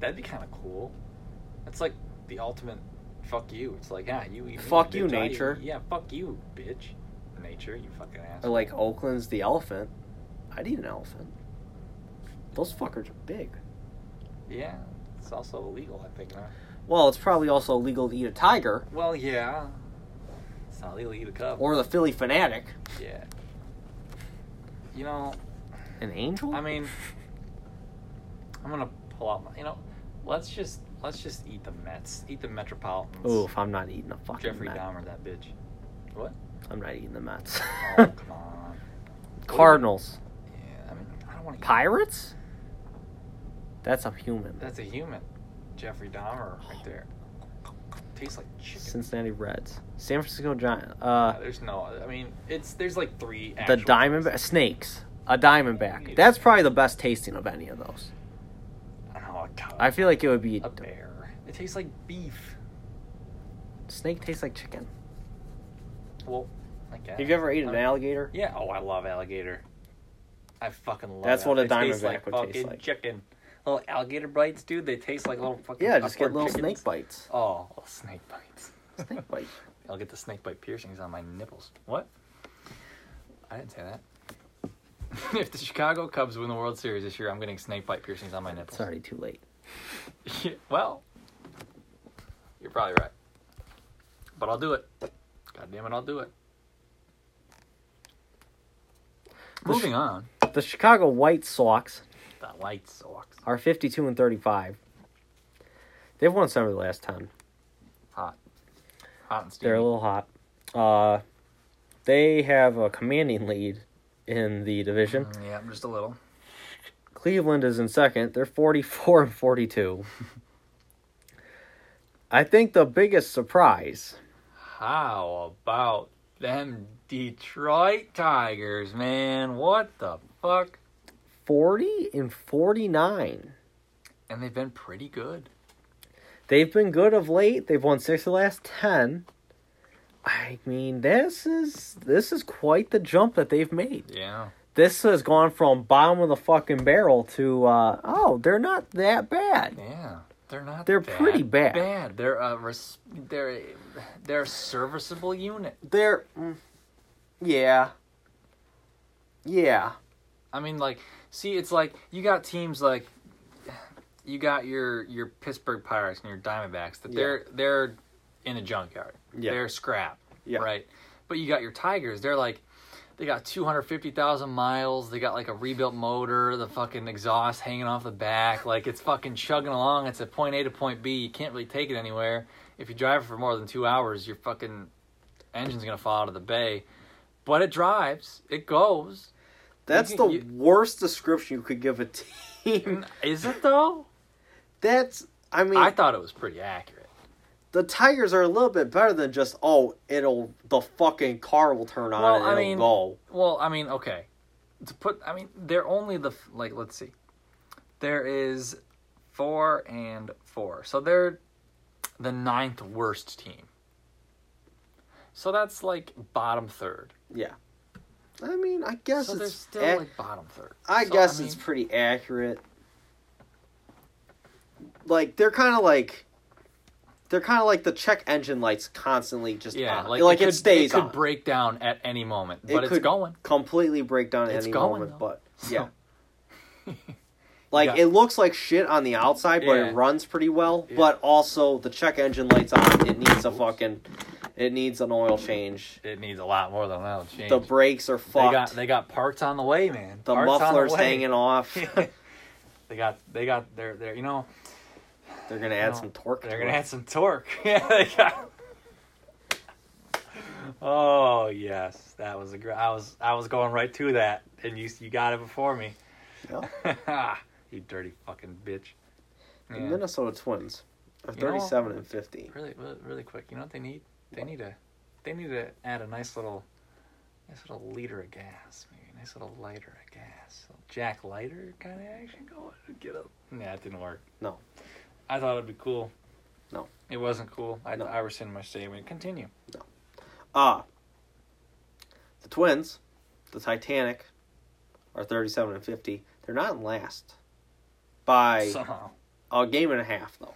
B: That'd be kind of cool. That's like the ultimate fuck you. It's like, yeah, you eat. me,
A: Fuck you,
B: bitch. I eat-
A: nature.
B: yeah, fuck you, bitch. Nature, you fucking
A: Or
B: asshole.
A: like Oakland's the elephant. I'd eat an elephant. Those fuckers are big.
B: yeah, it's also illegal, I think. Huh?
A: Well, it's probably also illegal to eat a tiger
B: Well, yeah. It's not illegal to eat a cup.
A: or the Philly fanatic.
B: yeah. You know,
A: An angel? [LAUGHS]
B: I mean, I'm gonna pull out my. You know, let's just let's just eat the Mets, eat the Metropolitans.
A: Oof, I'm not eating a fucking
B: Jeffrey
A: Met.
B: Dahmer, that bitch.
A: [LAUGHS]
B: What?
A: I'm not eating the Mets. [LAUGHS]
B: Oh come on.
A: Cardinals.
B: Yeah, I mean, I don't want to.
A: Pirates? That's a human.
B: That's a human. Jeffrey Dahmer right there. Tastes like chicken.
A: Cincinnati Reds. San Francisco Giants.
B: Yeah,
A: Uh,
B: there's no. I mean, it's there's like three.
A: the
B: actual
A: Diamondback.
B: tastes.
A: Snakes. A Diamondback. That's probably the best tasting of any of those.
B: I don't know. A cow,
A: I feel like it would be.
B: a bear. It tastes like beef.
A: Snake tastes like chicken.
B: Well, I guess.
A: Have you ever eaten
B: I
A: an
B: mean,
A: alligator?
B: Yeah. Oh, I love alligator. I fucking love.
A: That's
B: it.
A: what a
B: It tastes
A: Diamondback
B: like
A: would taste
B: fucking
A: like.
B: Chicken. Little alligator bites, dude. They taste like little fucking.
A: Yeah, just get
B: upward
A: little
B: chickens.
A: snake bites.
B: Oh, little snake bites. Snake bite. I'll get the snake bite piercings on my nipples. What? I didn't say that. [LAUGHS] if the Chicago Cubs win the World Series this year, I'm getting snake bite piercings on my
C: It's
B: nipples. [LAUGHS]
C: already too late.
B: well, you're probably right. But I'll do it. God damn it, I'll do it. Moving on.
C: The Chicago White Sox
B: The White Sox.
C: are 52 and 35. They've won seven of the last 10.
B: Hot. Hot and steamy.
C: They're a little hot. Uh, they have a commanding lead in the division.
B: Mm, yeah, just a little.
C: Cleveland is in second. They're 44 and 42. I think the biggest surprise
B: How about them Detroit Tigers, man? What the fuck?
C: 40 and 49.
B: And they've been pretty good.
C: They've been good of late. They've won six of the last ten. I mean, this is this is quite the jump that they've made.
B: Yeah.
C: This has gone from bottom of the fucking barrel to uh, oh, they're not that bad.
B: Yeah. They're not
C: They're
B: that
C: pretty bad.
B: Bad. They're a res- they're a- they're a serviceable unit.
A: They're. mm, Yeah. Yeah.
B: I mean like see it's like you got teams like you got your your Pittsburgh Pirates and your Diamondbacks that they're they're in a junkyard.
A: Yeah.
B: They're scrap.
A: Yeah.
B: Right. But you got your Tigers. They're like, they got 250,000 miles. They got like a rebuilt motor, the fucking exhaust hanging off the back. Like it's fucking chugging along. It's a point A to point B. You can't really take it anywhere. If you drive it for more than two hours, your fucking engine's going to fall out of the bay. But it drives, it goes.
A: That's
B: You
A: the
B: can- you-
A: worst description you could give a team.
B: Is it though?
A: [LAUGHS] That's. I mean,
B: I thought it was pretty accurate.
A: the Tigers are a little bit better than just oh, it'll the fucking car will turn on
B: Well,
A: and
B: I
A: it'll
B: mean-
A: go.
B: Well, I mean, okay. To put, I mean, they're only the f- like. Let's see. There is four and four, so they're the ninth worst team. So that's like bottom third.
A: Yeah. I mean, I guess
B: so they're
A: it's.
B: still
A: ac-
B: like bottom third.
A: I
B: So,
A: guess it's
B: mean,
A: pretty accurate. Like they're kind of like. They're kind of like the check engine lights constantly just
B: yeah.
A: on.
B: Like,
A: Like, it,
B: could,
A: stays
B: It could
A: on.
B: break down at any moment,
A: It
B: but it's
A: could-
B: going.
A: completely break down at
B: It's
A: any
B: going,
A: moment,
B: though.
A: but
B: So-
A: yeah.
B: [LAUGHS]
A: Like
B: Yeah.
A: it looks like shit on the outside, but
B: Yeah.
A: it runs pretty well.
B: Yeah.
A: But also the check engine lights on. It needs a fucking, it needs an oil change.
B: It needs a lot more than that change.
A: The brakes are
B: they
A: fucked.
B: got they got parts on the way, man.
A: the
B: Parts on
A: muffler's
B: way.
A: hanging
B: [LAUGHS]
A: off.
B: they got they got their their you know
A: They're gonna add
B: No,
A: some torque.
B: They're
A: to
B: gonna
A: it.
B: add some torque. [LAUGHS] yeah, they got. Oh yes, that was a great. I was I was going right to that, and you you got it before me. [LAUGHS]
A: Yeah.
B: you dirty fucking bitch.
A: The
B: Yeah.
A: Minnesota Twins are
B: You know-
A: thirty-seven and fifty.
B: Really, really, really quick. You know what they need? They need a, they need to add a nice little, nice little liter of gas, maybe a nice little lighter of gas, little Jack lighter kind of action going. Get up. Nah, it didn't work.
A: No.
B: I thought it'd be cool.
A: No.
B: It wasn't cool. I
A: No.
B: I rescind my statement. Continue.
A: Ah. The Twins, the Titanic, are thirty-seven and fifty. They're not in last. By
B: Somehow.
A: a game and a half though.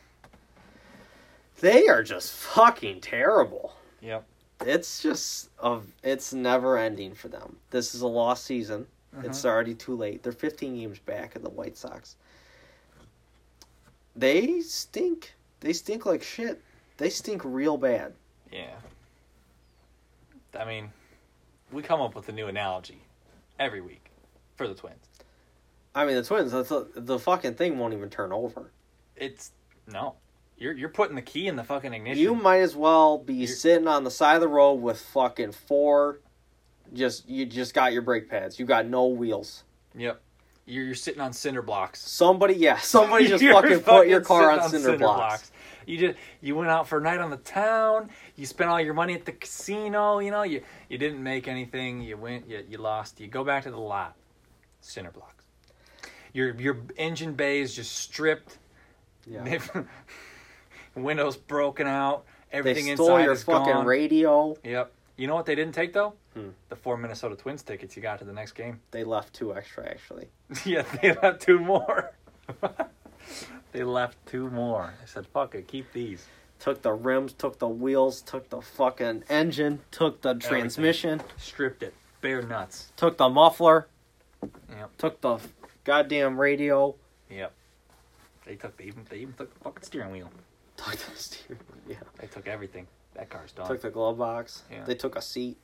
A: They are just fucking terrible.
B: Yep.
A: It's just of it's never ending for them. This is a lost season.
B: Uh-huh.
A: It's already too late. They're 15 games back at the White Sox. They stink. They stink like shit. They stink real bad.
B: Yeah. I mean, we come up with a new analogy every week for the Twins.
A: I mean, the Twins. That's a, the fucking thing won't even turn over.
B: It's no. You're you're putting the key in the fucking ignition.
A: You might as well be
B: You're-
A: sitting on the side of the road with fucking four. Just you just got your brake pads. You got no wheels.
B: Yep. You're, you're sitting on cinder blocks.
A: Somebody,
B: [LAUGHS]
A: yeah, somebody just
B: You're
A: fucking put your car
B: sitting
A: on cinder, blocks.
B: You just you went out for a night on the town. You spent all your money at the casino. You know you you didn't make anything. You went you, you lost. You go back to the lot. Cinder blocks. Your your engine bay is just stripped.
A: Yeah.
B: They've [LAUGHS] windows broken out.
A: They
B: Everything
A: stole
B: inside
A: your
B: is
A: fucking
B: gone.
A: radio.
B: Yep. You know what they didn't take though?
A: Hmm.
B: The four Minnesota Twins tickets you got to the next game.
A: They left two extra actually.
B: [LAUGHS] yeah, they left [LAUGHS] two more. they left two more. I said, "Fuck it, keep these."
A: Took the rims, took the wheels, took the fucking engine, took the transmission,
B: Stripped it. Bare nuts.
A: took the muffler,
B: Yep.
A: took the goddamn radio, [LAUGHS]
B: Yep. They took they even they even took the fucking steering wheel.
A: took the steering, yeah,
B: They took everything. That car's done. [LAUGHS]
A: took the glove box.
B: Oh. Yeah.
A: They took a seat.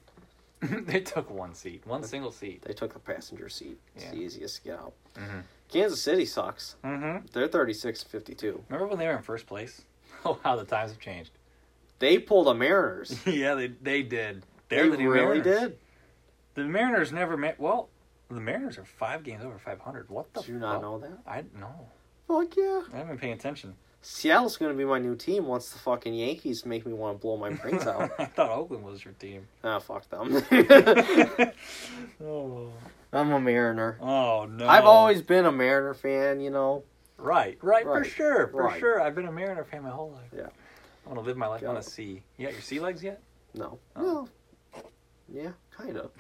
B: they took one seat, one single seat.
A: They took the passenger seat. It's
B: Yeah.
A: the easiest to get out.
B: Mhm.
A: Kansas City sucks.
B: Mm-hmm.
A: They're 36 52.
B: Remember when they were in first place? [LAUGHS] Oh, how the times
A: [LAUGHS]
B: have changed.
A: They pulled the Mariners.
B: yeah, they they did.
A: they
B: [LAUGHS] They're the new
A: really
B: Mariners.
A: did.
B: The Mariners never met. Well, the Mariners are five games over 500. What the?
A: Did you not
B: fuck?
A: know that?
B: I no.
A: Fuck yeah.
B: I haven't been paying attention.
A: Seattle's going to be my new team once the fucking Yankees make me want to blow my
B: [LAUGHS]
A: brains [LAUGHS] out.
B: I thought Oakland was your team.
A: Ah, fuck them.
B: [LAUGHS] oh.
A: [LAUGHS] I'm a Mariner.
B: oh no!
A: I've always been a Mariner fan, you know.
B: right, right, for
A: Right,
B: sure, for
A: right.
B: sure. I've been a Mariner fan my whole life.
A: Yeah.
B: I want to live my life on
A: Got
B: a
A: it.
B: sea. You got your sea legs yet?
A: No.
B: Oh.
A: Well, yeah, kind
B: [LAUGHS]
A: of.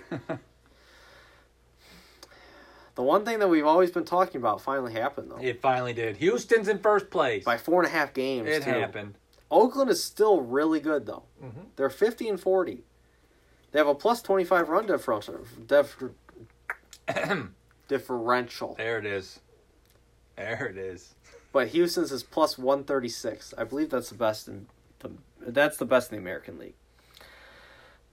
A: the one thing that we've always been talking about finally happened, though.
B: It finally did. Houston's in first place.
A: By four and a half games,
B: it
A: too.
B: happened.
A: Oakland is still really good, though.
B: Mhm.
A: They're 50 and 40. They have a plus 25 run differential. Def- differential.
B: [CLEARS THROAT] There it is. There it is.
A: But Houston's is plus 136. I believe that's the best in the that's the best in the American League.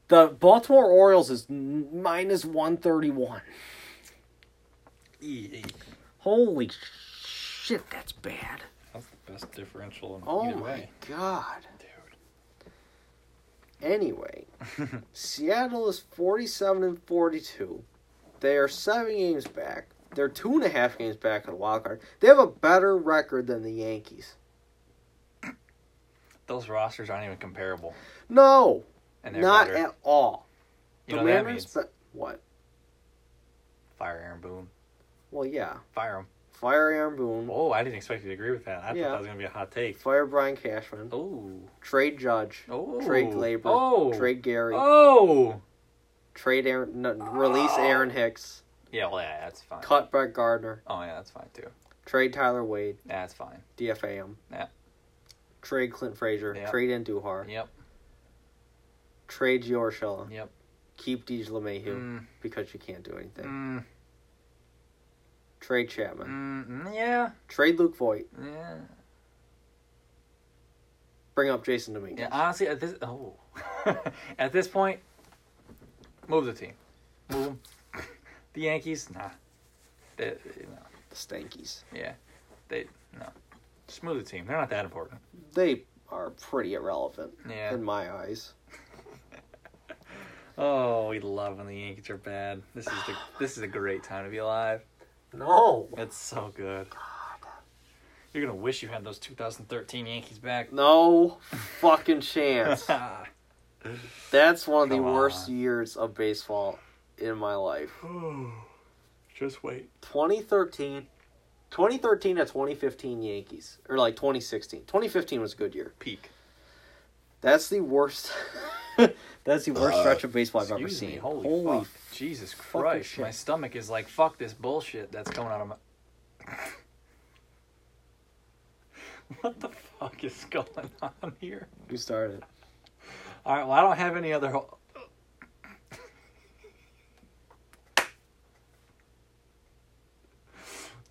A: The Baltimore Orioles is n- minus 131.
B: E- e-
A: Holy shit, that's bad.
B: That's the best differential in
A: Oh
B: either
A: my
B: way.
A: god.
B: Dude.
A: Anyway, Seattle is 47 and 42. They are seven games back. They're two and a half games back on the wild card. They have a better record than the Yankees.
B: [LAUGHS] Those rosters aren't even comparable.
A: No,
B: And they're
A: not
B: better.
A: at all.
B: you
A: the
B: know what that
A: Mariners,
B: means?
A: but what?
B: Fire Aaron Boone.
A: Well, yeah,
B: Fire him.
A: fire Aaron Boone,
B: Oh, I didn't expect you to agree with that. I
A: Yeah.
B: thought that was gonna be a hot take.
A: fire Brian Cashman,
B: Oh.
A: trade Judge,
B: Oh.
A: trade Glaber,
B: Oh.
A: trade Gary,
B: Oh.
A: trade Aaron, no, release Aaron Hicks,
B: Yeah. Well, yeah, that's fine.
A: cut Brett Gardner,
B: Oh, yeah, that's fine too.
A: trade Tyler Wade,
B: That's fine.
A: DFA him,
B: Yeah.
A: trade Clint Frazier,
B: Yeah.
A: trade Andujar,
B: Yep.
A: trade Giorgio,
B: Yep.
A: keep Deej LeMahieu
B: Mm,
A: because you can't do anything.
B: mm,
A: Trade Chapman,
B: mm, mm, yeah.
A: trade Luke Voigt,
B: Yeah.
A: bring up Jason Dominguez.
B: Yeah, honestly, at this oh, [LAUGHS] at this point, move the team, move 'em. The Yankees, nah, they, they- no,
A: the Stankies,
B: yeah, they no, just move the team. They're not that important.
A: they are pretty irrelevant
B: Yeah.
A: in my eyes.
B: Oh, we love when the Yankees are bad. This is the this is a great time to be alive.
A: No.
B: It's so good. You're gonna wish you had those 2013 Yankees back.
A: No fucking chance. That's one of the
B: Come on.
A: worst years of baseball in my life.
B: [LAUGHS] just wait.
A: 2013, 2013 to 2015 Yankees, or like 2016. 2015 was a good year.
B: Peak.
A: That's the worst. [LAUGHS] that's the worst stretch of baseball I've ever
B: Excuse me,
A: seen.
B: Holy, fuck. Jesus Christ.
A: shit.
B: My stomach is like, fuck this bullshit that's coming out of my. [LAUGHS] what the fuck is going on here?
A: you started.
B: All right, well, I don't have any other. ho-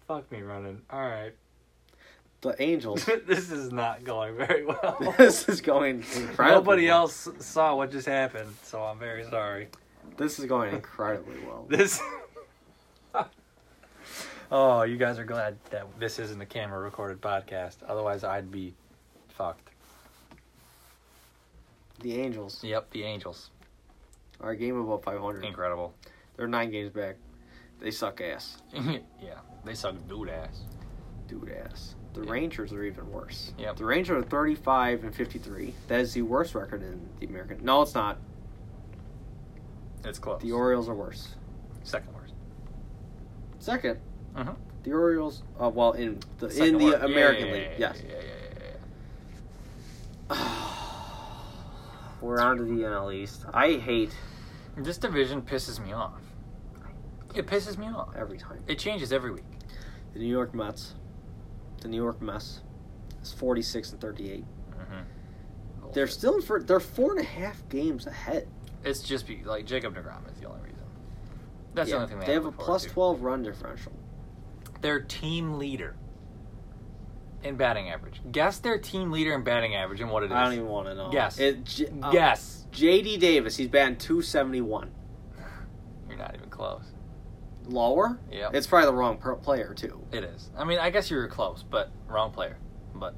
B: fuck me running. All right. [LAUGHS]
A: The Angels. [LAUGHS]
B: this is not going very well.
A: this is going incredibly.
B: Nobody
A: well.
B: else saw what just happened, so I'm very sorry.
A: This is going incredibly
B: [LAUGHS]
A: well.
B: This. oh, you guys are glad that this isn't a camera recorded podcast. Otherwise, I'd be fucked.
A: The Angels
B: Yep, the Angels.
A: are a game above 500.
B: Incredible.
A: They're nine games back. They suck ass.
B: [LAUGHS] yeah, they suck dude ass.
A: Dude ass. The
B: Yeah.
A: Rangers are even worse.
B: Yep.
A: The Rangers are 35 and 53. That is the worst record in the American. No, it's not.
B: It's close.
A: The Orioles are worse.
B: Second worst.
A: Second,
B: Mhm.
A: the Orioles. Uh, well, in the
B: Second
A: in the
B: worst. Yeah,
A: American
B: yeah,
A: League,
B: yeah,
A: yes.
B: Yeah, yeah, yeah, yeah,
A: [SIGHS] We're on to the NL East. I hate
B: yeah. This division pisses me off. It pisses me off.
A: every time.
B: It changes every week.
A: The New York Mets. The New York Mets is 46 and 38.
B: Mm-hmm.
A: They're still in for. They're four and a half games ahead.
B: It's just be, like Jacob Degrom is the only reason. That's
A: Yeah,
B: the only thing they,
A: have a
B: to look forward
A: plus
B: to.
A: twelve run differential.
B: Their team leader in batting average. Guess their team leader in batting average and what it is.
A: I don't even want to know.
B: Guess.
A: It, J- uh,
B: Guess.
A: J.D. Davis. He's batting two seventy one.
B: You're not even close.
A: Lower.
B: Yep.
A: It's probably the wrong per- player too.
B: It is. I mean, I guess you were close, but wrong player. But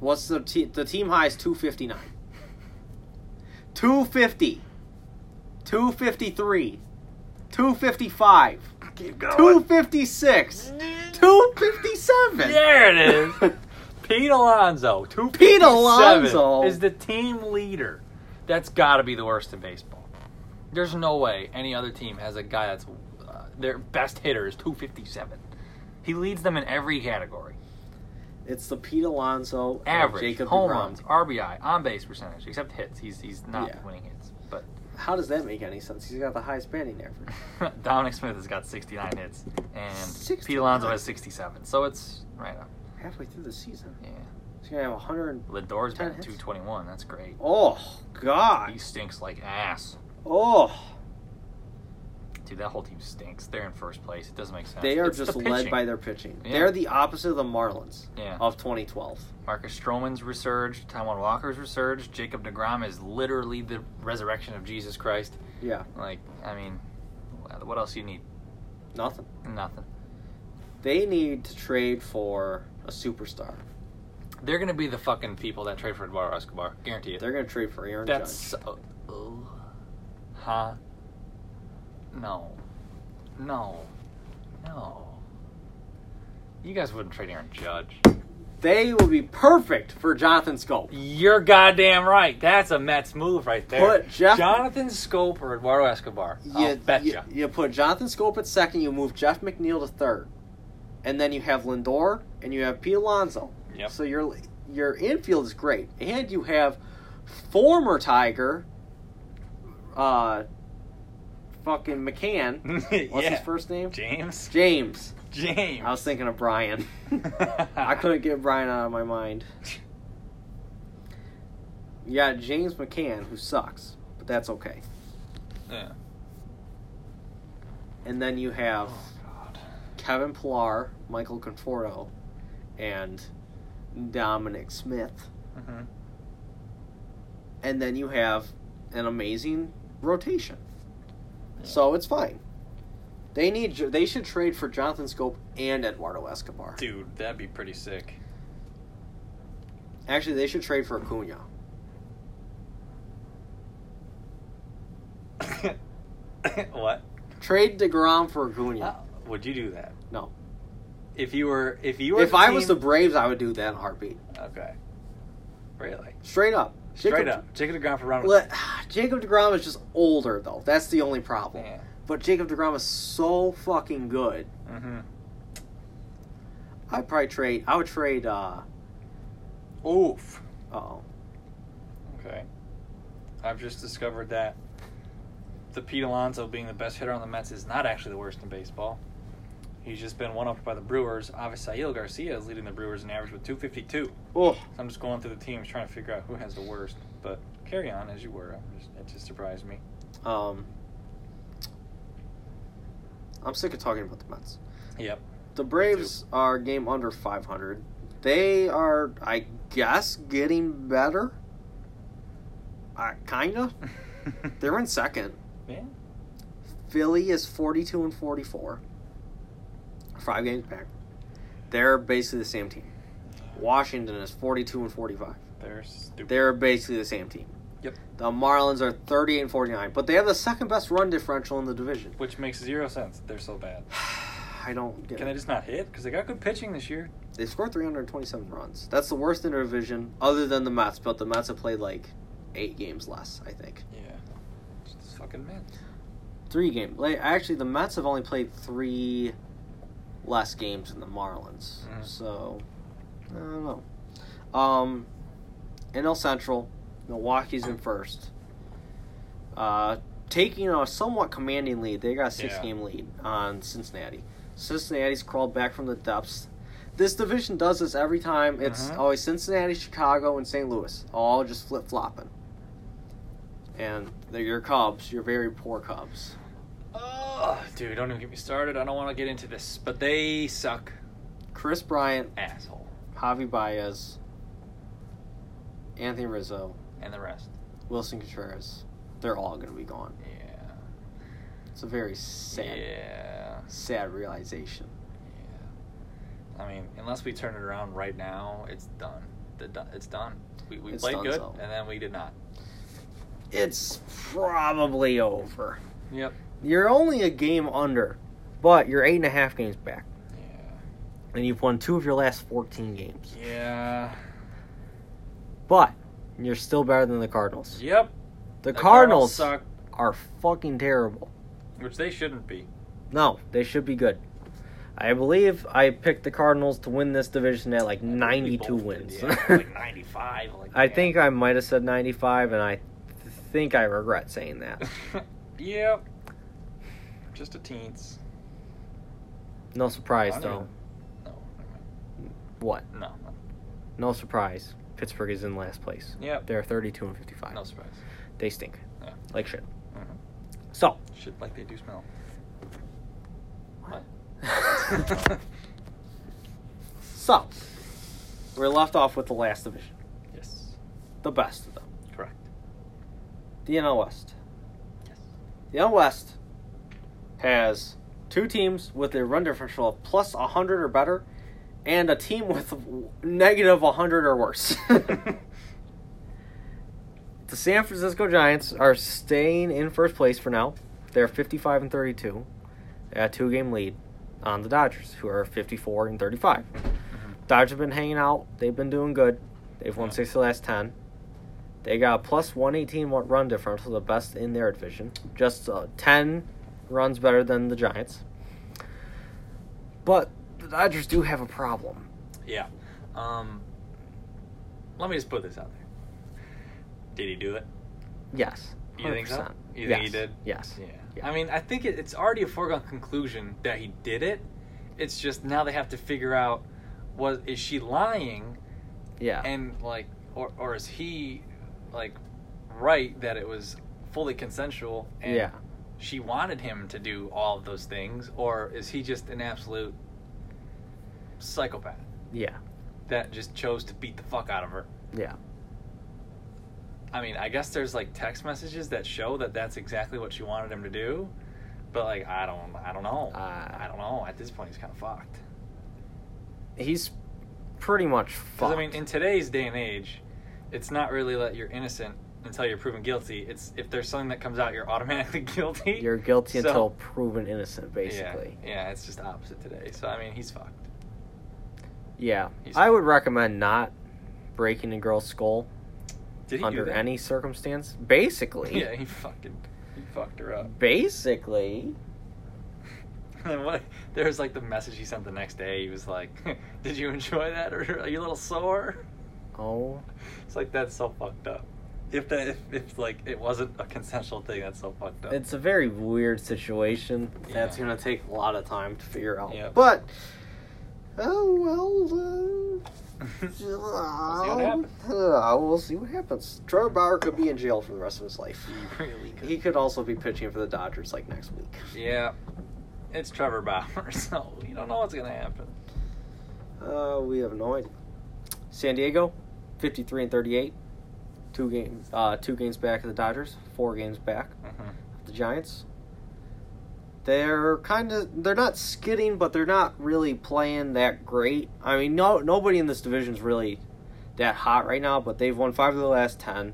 A: What's the te- the team high is 259. 250. 253. 255.
B: keep
A: 256. 257.
B: There it is. Pete Alonso. Two
A: Pete Alonso?
B: is the team leader. That's got to be the worst in baseball. There's no way any other team has a guy that's uh, their best hitter is 257. He leads them in every category:
A: [LAUGHS] It's the Pete Alonso and
B: average,
A: Jacob
B: home
A: deGrom.
B: runs, RBI, on-base percentage, except hits. He's he's not
A: Yeah.
B: winning hits, but [LAUGHS]
A: How does that make any sense? He's got the highest batting average.
B: Dominic Smith has got 69 hits, and
A: 69?
B: Pete Alonso has 67. So it's right up.
A: Halfway through the season,
B: Yeah,
A: he's gonna have 100. And...
B: Lindor's been
A: 10
B: at
A: hits.
B: 221. That's great.
A: Oh
B: He
A: God.
B: stinks like ass.
A: Oh,
B: Dude, that whole team stinks. They're in first place. It doesn't make sense.
A: they are
B: It's the
A: just led
B: pitching.
A: by their pitching.
B: Yeah.
A: They're the opposite of the Marlins
B: Yeah.
A: of 2012.
B: Marcus Stroman's resurged. Taiwan Walker's resurged. Jacob DeGrom is literally the resurrection of Jesus Christ.
A: Yeah,
B: Like, I mean, what else you need?
A: nothing.
B: Nothing.
A: They need to trade for a superstar.
B: They're going to be the fucking people that trade for Eduardo Escobar. Guarantee it.
A: They're gonna trade for Aaron
B: That's.
A: Judge.
B: So, oh. huh? No. No. No. You guys wouldn't trade Aaron Judge.
A: They would be perfect for Jonathan Scope.
B: You're goddamn right. That's a Mets move right there.
A: Put Jeff-
B: Jonathan Scope or Eduardo Escobar. I'll
A: You,
B: bet
A: you,
B: ya.
A: you put Jonathan Scope at second, you move Jeff McNeil to third, and then you have Lindor and you have Pete Alonso.
B: Yep.
A: So your your infield is great, and you have former Tiger, uh, fucking
B: [LAUGHS]
A: McCann. What's his first name?
B: James.
A: James.
B: James.
A: I was thinking of
B: [LAUGHS]
A: Brian. I couldn't get Brian out of my mind. You got James McCann, who sucks, but that's okay.
B: Yeah.
A: And then you have
B: Oh God.
A: Kevin Pillar, Michael Conforto, and Dominic Smith.
B: Mhm.
A: And then you have an amazing rotation. So it's fine. They need. They should trade for Jonathan Scope and Eduardo Escobar.
B: Dude, that'd be pretty sick. [COUGHS]
A: Actually, they should trade for Acuna.
B: what?
A: Trade Degrom for Acuna.
B: Uh, would you do that?
A: No.
B: If you were, if you were,
A: If
B: the
A: I was the
B: team-
A: Braves, I would do that in a heartbeat.
B: okay, really,
A: Straight up.
B: straight
A: Jacob,
B: up, Jacob DeGrom for Ronald.
A: Let, [SIGHS] Jacob DeGrom is just older, though. That's the only problem.
B: Yeah.
A: But Jacob DeGrom is so fucking good.
B: Mm-hmm.
A: I'd probably trade. I would trade. uh
B: Oof.
A: Oh,
B: Okay. I've just discovered that the Pete Alonso being the best hitter on the Mets is not actually the worst in baseball. He's just been one up by the Brewers. Obviously, Ail Garcia is leading the Brewers in average with 252.
A: oh,
B: So I'm just going through the teams trying to figure out who has the worst. But carry on as you were. I'm just, it just surprised me.
A: um, I'm sick of talking about the Mets.
B: Yep.
A: The Braves are a game under 500. They are, I guess, getting better. I kinda. [LAUGHS] They're in second.
B: yeah.
A: Philly is 42 and 44. Five games back. They're basically the same team. Washington is 42 and 45.
B: They're stupid.
A: They're basically the same team.
B: Yep.
A: The Marlins are 38 and 49, but they have the second best run differential in the division.
B: Which makes zero sense. They're so bad.
A: [SIGHS] I don't get
B: Can they
A: it.
B: just not hit? Because they got good pitching this year.
A: They scored 327 runs. That's the worst in the division, other than the Mets, but the Mets have played like eight games less, I think.
B: Yeah. Just fucking Mets.
A: Three games. Like, actually, the Mets have only played three less games than the Marlins.
B: Mhm.
A: So, I don't know. Um, NL Central, Milwaukee's in first. Uh, taking a somewhat commanding lead, they got a six
B: Yeah.
A: game lead on Cincinnati. Cincinnati's crawled back from the depths. this division does this every time. It's
B: Mhm.
A: always Cincinnati, Chicago, and St. Louis, all just flip flopping. And they're your Cubs, your very poor Cubs.
B: Oh, dude, don't even get me started. I don't want to get into this, but they suck
A: Chris Bryant,
B: asshole
A: Javi Baez, Anthony Rizzo,
B: and the rest.
A: Wilson Contreras. They're all going to be gone.
B: Yeah.
A: It's a very sad,
B: Yeah.
A: sad realization.
B: Yeah. I mean, unless we turn it around right now, it's done. The do- It's done. We, we
A: It's
B: played
A: done,
B: good,
A: so.
B: and then we did not.
A: It's probably over.
B: Yep.
A: You're only a game under, but you're eight and a half games back,
B: Yeah.
A: and you've won two of your last 14 games.
B: Yeah.
A: But you're still better than the Cardinals.
B: Yep.
A: The, Cardinals,
B: suck,
A: are fucking terrible.
B: which they shouldn't be.
A: No, they should be good. I believe I picked the Cardinals to win this division at like
B: I think we
A: 92
B: both did,
A: wins.
B: yeah,
A: [LAUGHS]
B: like 95. Like
A: I
B: that.
A: think I might have said 95, and I th- think I regret saying that.
B: [LAUGHS] yep. Just a teens.
A: No surprise,
B: I don't
A: though.
B: even- No. never mind.
A: What?
B: No.
A: No surprise. Pittsburgh is in last place.
B: Yep.
A: They're 32 and 55.
B: No surprise.
A: They stink.
B: Yeah.
A: Like shit.
B: Mhm.
A: So.
B: Shit, like they do smell.
A: so. We're left off with the last division.
B: [LAUGHS] yes.
A: The best of them.
B: Correct.
A: The NL West.
B: Yes.
A: The NL West has two teams with a run differential of plus 100 or better, and a team with w- negative 100 or worse. [LAUGHS] the San Francisco Giants are staying in first place for now. They're 55 and 32, a two game lead on the Dodgers, who are 54 and 35.
B: Mm-hmm.
A: Dodgers have been hanging out. They've been doing good. They've won
B: Yeah.
A: six of the last 10. They got a plus 118 wa- run differential, the best in their division. Just uh, 10 runs better than the Giants. But the Dodgers do have a problem.
B: Yeah. Um. Let me just put this out there. Did he do it?
A: Yes.
B: You think so?
A: 100%.
B: You think he
A: Yes.
B: did?
A: Yes.
B: Yeah.
A: Yeah.
B: I mean, I think it, it's already a foregone conclusion that he did it. It's just now they have to figure out was is she lying
A: Yeah.
B: and like or or is he like right that it was fully consensual and
A: yeah.
B: she wanted him to do all of those things or is he just an absolute psychopath
A: Yeah.
B: that just chose to beat the fuck out of her?
A: Yeah.
B: I mean, I guess there's like text messages that show that that's exactly what she wanted him to do, but like I don't, I don't know.
A: Uh,
B: I don't know. At this point, he's kind of fucked.
A: He's pretty much
B: Because
A: fucked.
B: I mean, in today's day and age, it's not really that you're innocent until you're proven guilty. It's if there's something that comes out, you're [LAUGHS] automatically guilty.
A: You're guilty
B: So-
A: until proven innocent, basically.
B: Yeah, yeah, it's just opposite today. So I mean, he's fucked.
A: Yeah.
B: He's-
A: I would recommend not breaking a girl's skull
B: Did he
A: under
B: do that?
A: any circumstance. Basically.
B: [LAUGHS] Yeah, he fucking, he fucked her up.
A: Basically.
B: [LAUGHS] And what? There was like the message he sent the next day. He was like, [LAUGHS] "Did you enjoy that, or are you a little sore?" [LAUGHS]
A: Oh.
B: It's like that's so fucked up. If that if, if like it wasn't a consensual thing, that's so fucked up. [LAUGHS]
A: It's a very weird situation. That's
B: Yeah.
A: going to take a lot of time to figure out.
B: Yep.
A: But. Oh, well.
B: [LAUGHS]
A: Uh... [LAUGHS]
B: happens. [LAUGHS]
A: Uh, we'll see what happens. Trevor Bauer could be in jail for the rest of his life.
B: He really could.
A: He could also be pitching for the Dodgers like next week.
B: yeah. It's Trevor Bauer, [LAUGHS] so you don't know what's gonna happen.
A: Uh, we have no idea. San Diego, fifty-three and thirty-eight, two games, uh, two games back of the Dodgers, four games back
B: Mm-hmm.
A: of the Giants. They're kind of they're not skidding, but they're not really playing that great. I mean, no nobody in this division's really that hot right now, but they've won five of the last ten,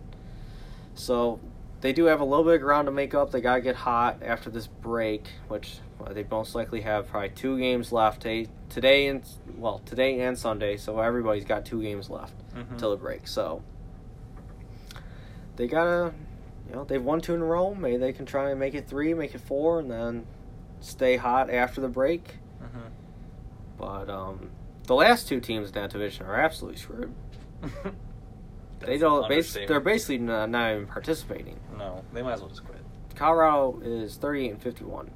A: so they do have a little bit of ground to make up. They gotta get hot after this break, which well, they most likely have probably two games left today, today and well today and Sunday. So everybody's got two games left until the break. So they gotta, you know, they've won two in a row. Maybe they can try and make it three, make it four, and then stay hot after the break. But um, the last two teams in that division are absolutely screwed.
B: Mm-hmm. [LAUGHS]
A: they don't. Bas- they're basically not, not even participating.
B: no. They might as well just quit.
A: Colorado is thirty-eight and fifty-one.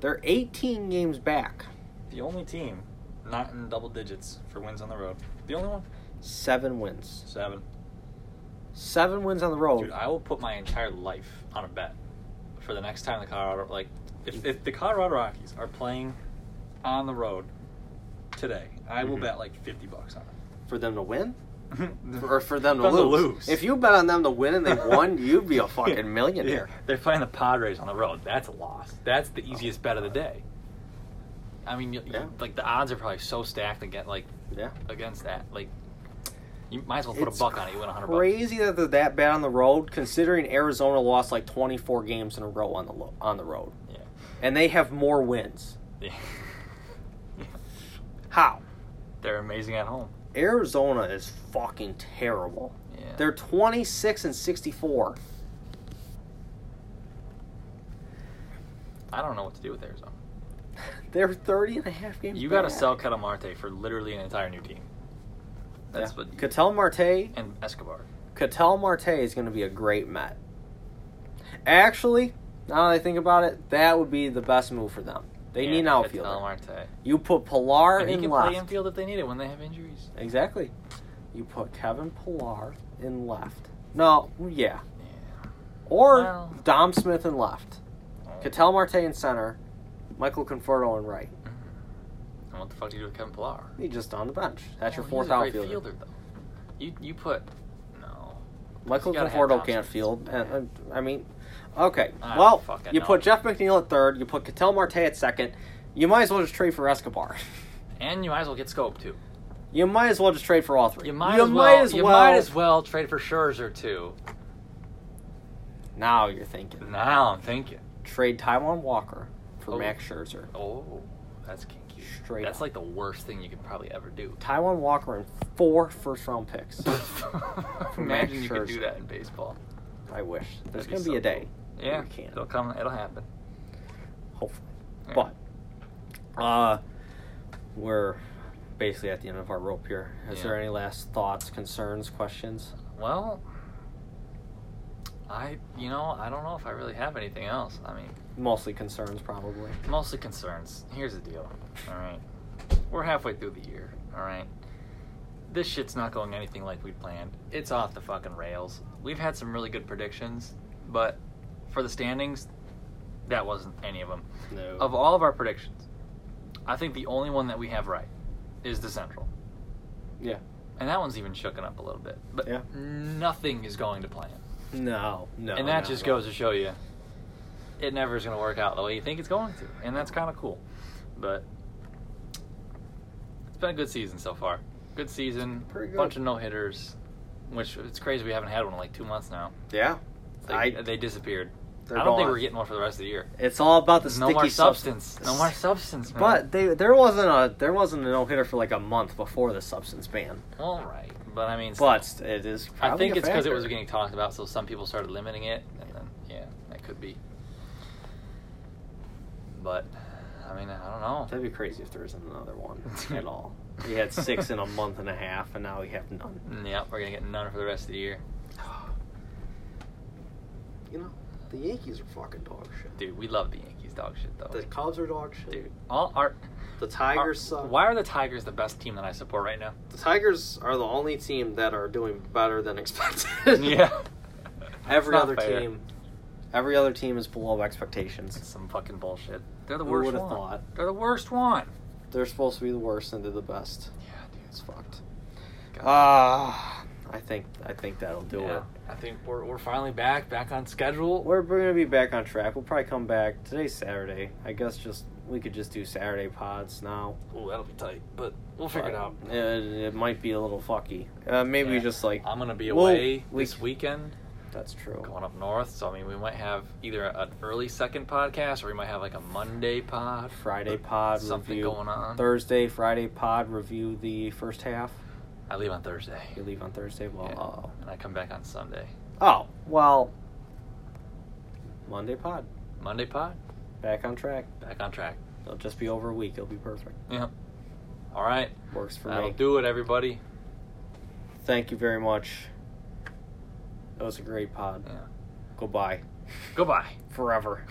A: They're eighteen games back.
B: The only team Not in double digits for wins on the road. The only one?
A: Seven wins.
B: Seven.
A: Seven wins on the road.
B: Dude, I will put my entire life on a bet for the next time the Colorado like if, if the Colorado Rockies are playing on the road today, I will
A: Mhm.
B: bet like fifty bucks on it.
A: for them to win?
B: For,
A: Or [LAUGHS] for them to lose. If you bet on them to win [LAUGHS] and they
B: [LAUGHS]
A: won, you'd be a fucking millionaire.
B: They're playing the Padres on the road. That's a loss. That's the easiest bet of the day. I mean, you, you-
A: Yeah.
B: like the odds are probably so stacked against like
A: Yeah.
B: against that. Like you might as well put
A: It's
B: a buck on it. You win a hundred bucks.
A: Crazy that they're that bad on the road, considering Arizona lost like 24 games in a row on the lo- on the road,
B: Yeah.
A: and they have more wins.
B: yeah.
A: How?
B: [LAUGHS] They're amazing at home.
A: Arizona is fucking terrible.
B: Yeah.
A: They're 26 and 64.
B: I don't know what to do with Arizona.
A: [LAUGHS] They're 30 and a half games.
B: You got to
A: back.
B: sell Kettle Marte for literally an entire new team. That's
A: yeah.
B: what.
A: Cattell Marte
B: and Escobar.
A: Cattell Marte is going to be a great Met. Actually, now that I think about it, that would be the best move for them. They need an outfielder.
B: Kettle Marte.
A: You put Pilar
B: And he
A: in
B: can
A: left.
B: play infield if they need it when they have injuries.
A: Exactly. You put Kevin Pilar in left. No, yeah.
B: Yeah.
A: Or
B: Well-
A: Dom Smith in left. Cattell Marte in center. Michael Conforto in right.
B: And what the fuck do you do with Kevin Pilar?
A: He just on the bench. That's
B: Oh,
A: your fourth
B: he's a great
A: outfielder.
B: Fielder, though. You you put no.
A: Michael
B: You gotta have
A: Conforto
B: Dom
A: can't
B: Smith.
A: field. And, uh, I mean, okay.
B: I don't
A: well,
B: fucking
A: you
B: know.
A: put Jeff McNeil at third. You put Cattell Marte at second. You might as well just trade for
B: [LAUGHS]
A: Escobar.
B: And you might as well get Scope too.
A: You might as well just trade for all three.
B: You might as well. you might as well trade for Scherzer too.
A: Now you're thinking.
B: Now I'm thinking.
A: Trade Taiwan Walker for
B: Oh.
A: Max Scherzer.
B: Oh, that's kinky.
A: Straight
B: That's
A: up.
B: like the worst thing you could probably ever
A: [LAUGHS]
B: do. [LAUGHS]
A: Taiwan Walker and four first round picks. Max
B: Imagine you could do
A: Scherzer.
B: that in baseball.
A: I wish. There's
B: That'd
A: going to
B: so
A: be a day,
B: cool. Yeah,
A: we can.
B: it'll come. It'll happen.
A: hopefully.
B: Yeah.
A: But, uh, we're basically at the end of our rope here. Is
B: Yeah.
A: there any last thoughts, concerns, questions?
B: well, I you know I don't know if I really have anything else. I mean,
A: Mostly concerns, probably.
B: mostly concerns. Here's the deal. All right, we're halfway through the year. All right, this shit's not going anything like we planned. It's off the fucking rails. We've had some really good predictions, but for the standings, that wasn't any of them.
A: No.
B: Of all of our predictions, I think the only one that we have right is the Central.
A: Yeah.
B: And that one's even shooken up a little bit. But
A: Yeah.
B: nothing is going to plan.
A: No, no.
B: and that
A: no,
B: just
A: no.
B: goes to show you it never is going to work out the way you think it's going to. And that's kind of cool. But it's been a good season so far. Good season.
A: Pretty good.
B: Bunch of no hitters, which it's crazy we haven't had one in like two months now.
A: Yeah.
B: They,
A: I-
B: they disappeared. I
A: They're
B: don't think
A: gone.
B: we're getting one for the rest of the year.
A: It's all about the
B: no
A: sticky
B: more substance.
A: substance.
B: No more substance, man.
A: But they there wasn't a there wasn't a no hitter for like a month before the substance ban.
B: all right. But I mean,
A: But it is.
B: I
A: probably
B: think
A: a
B: it's because it was
A: factor.
B: getting talked about, so some people started limiting it, and then yeah, that could be. But I mean, I don't know.
A: That'd be crazy if there isn't another one [LAUGHS] at all. We had six in a month and a half, and now we have none.
B: Yep, Mm, we're gonna get none for the rest of
A: [GASPS]
B: the year,
A: You know, the Yankees are fucking dog shit.
B: dude. We love the Yankees, dog shit though.
A: The Cubs are dog shit.
B: dude, all our
A: The
B: our-
A: Tigers suck.
B: Why are the Tigers the best team that I support right now?
A: The Tigers are the only team that are doing better than expected.
B: [LAUGHS] yeah,
A: [LAUGHS] Every
B: Not
A: other
B: fair.
A: team. Every other team is below expectations.
B: Some fucking bullshit. They're the
A: Who
B: worst
A: would've
B: one.
A: thought?
B: They're the worst one.
A: They're supposed to be the worst, and they're the best.
B: Yeah, dude,
A: It's
B: it's
A: fucked.
B: God.
A: Ah, I think I think that'll do
B: yeah.
A: it.
B: I think we're we're finally back back on schedule.
A: We're, we're gonna be back on track. We'll probably come back today's Saturday. I guess just we could just do Saturday pods now. uh,
B: Ooh, that'll be tight, but we'll figure it out.
A: It, it might be a little fucky. Uh, maybe we
B: Yeah.
A: just like
B: I'm gonna be
A: we'll-
B: away
A: we-
B: this weekend,
A: That's true.
B: going up north. So I mean, we might have either an early second podcast, or we might have like a Monday pod,
A: Friday pod
B: something
A: review.
B: going on.
A: Thursday, Friday pod review the first half.
B: I leave on Thursday,
A: You leave on Thursday.
B: Yeah.
A: Well,
B: and I come back on Sunday.
A: oh, oh well. Monday pod
B: Monday pod,
A: back on track.
B: back on track.
A: It'll just be over a week. It'll be perfect.
B: Yeah. All right,
A: Works for
B: that'll
A: me.
B: do it, everybody.
A: Thank you very much. That was a great pod.
B: Yeah.
A: Goodbye.
B: [LAUGHS] Goodbye.
A: Forever.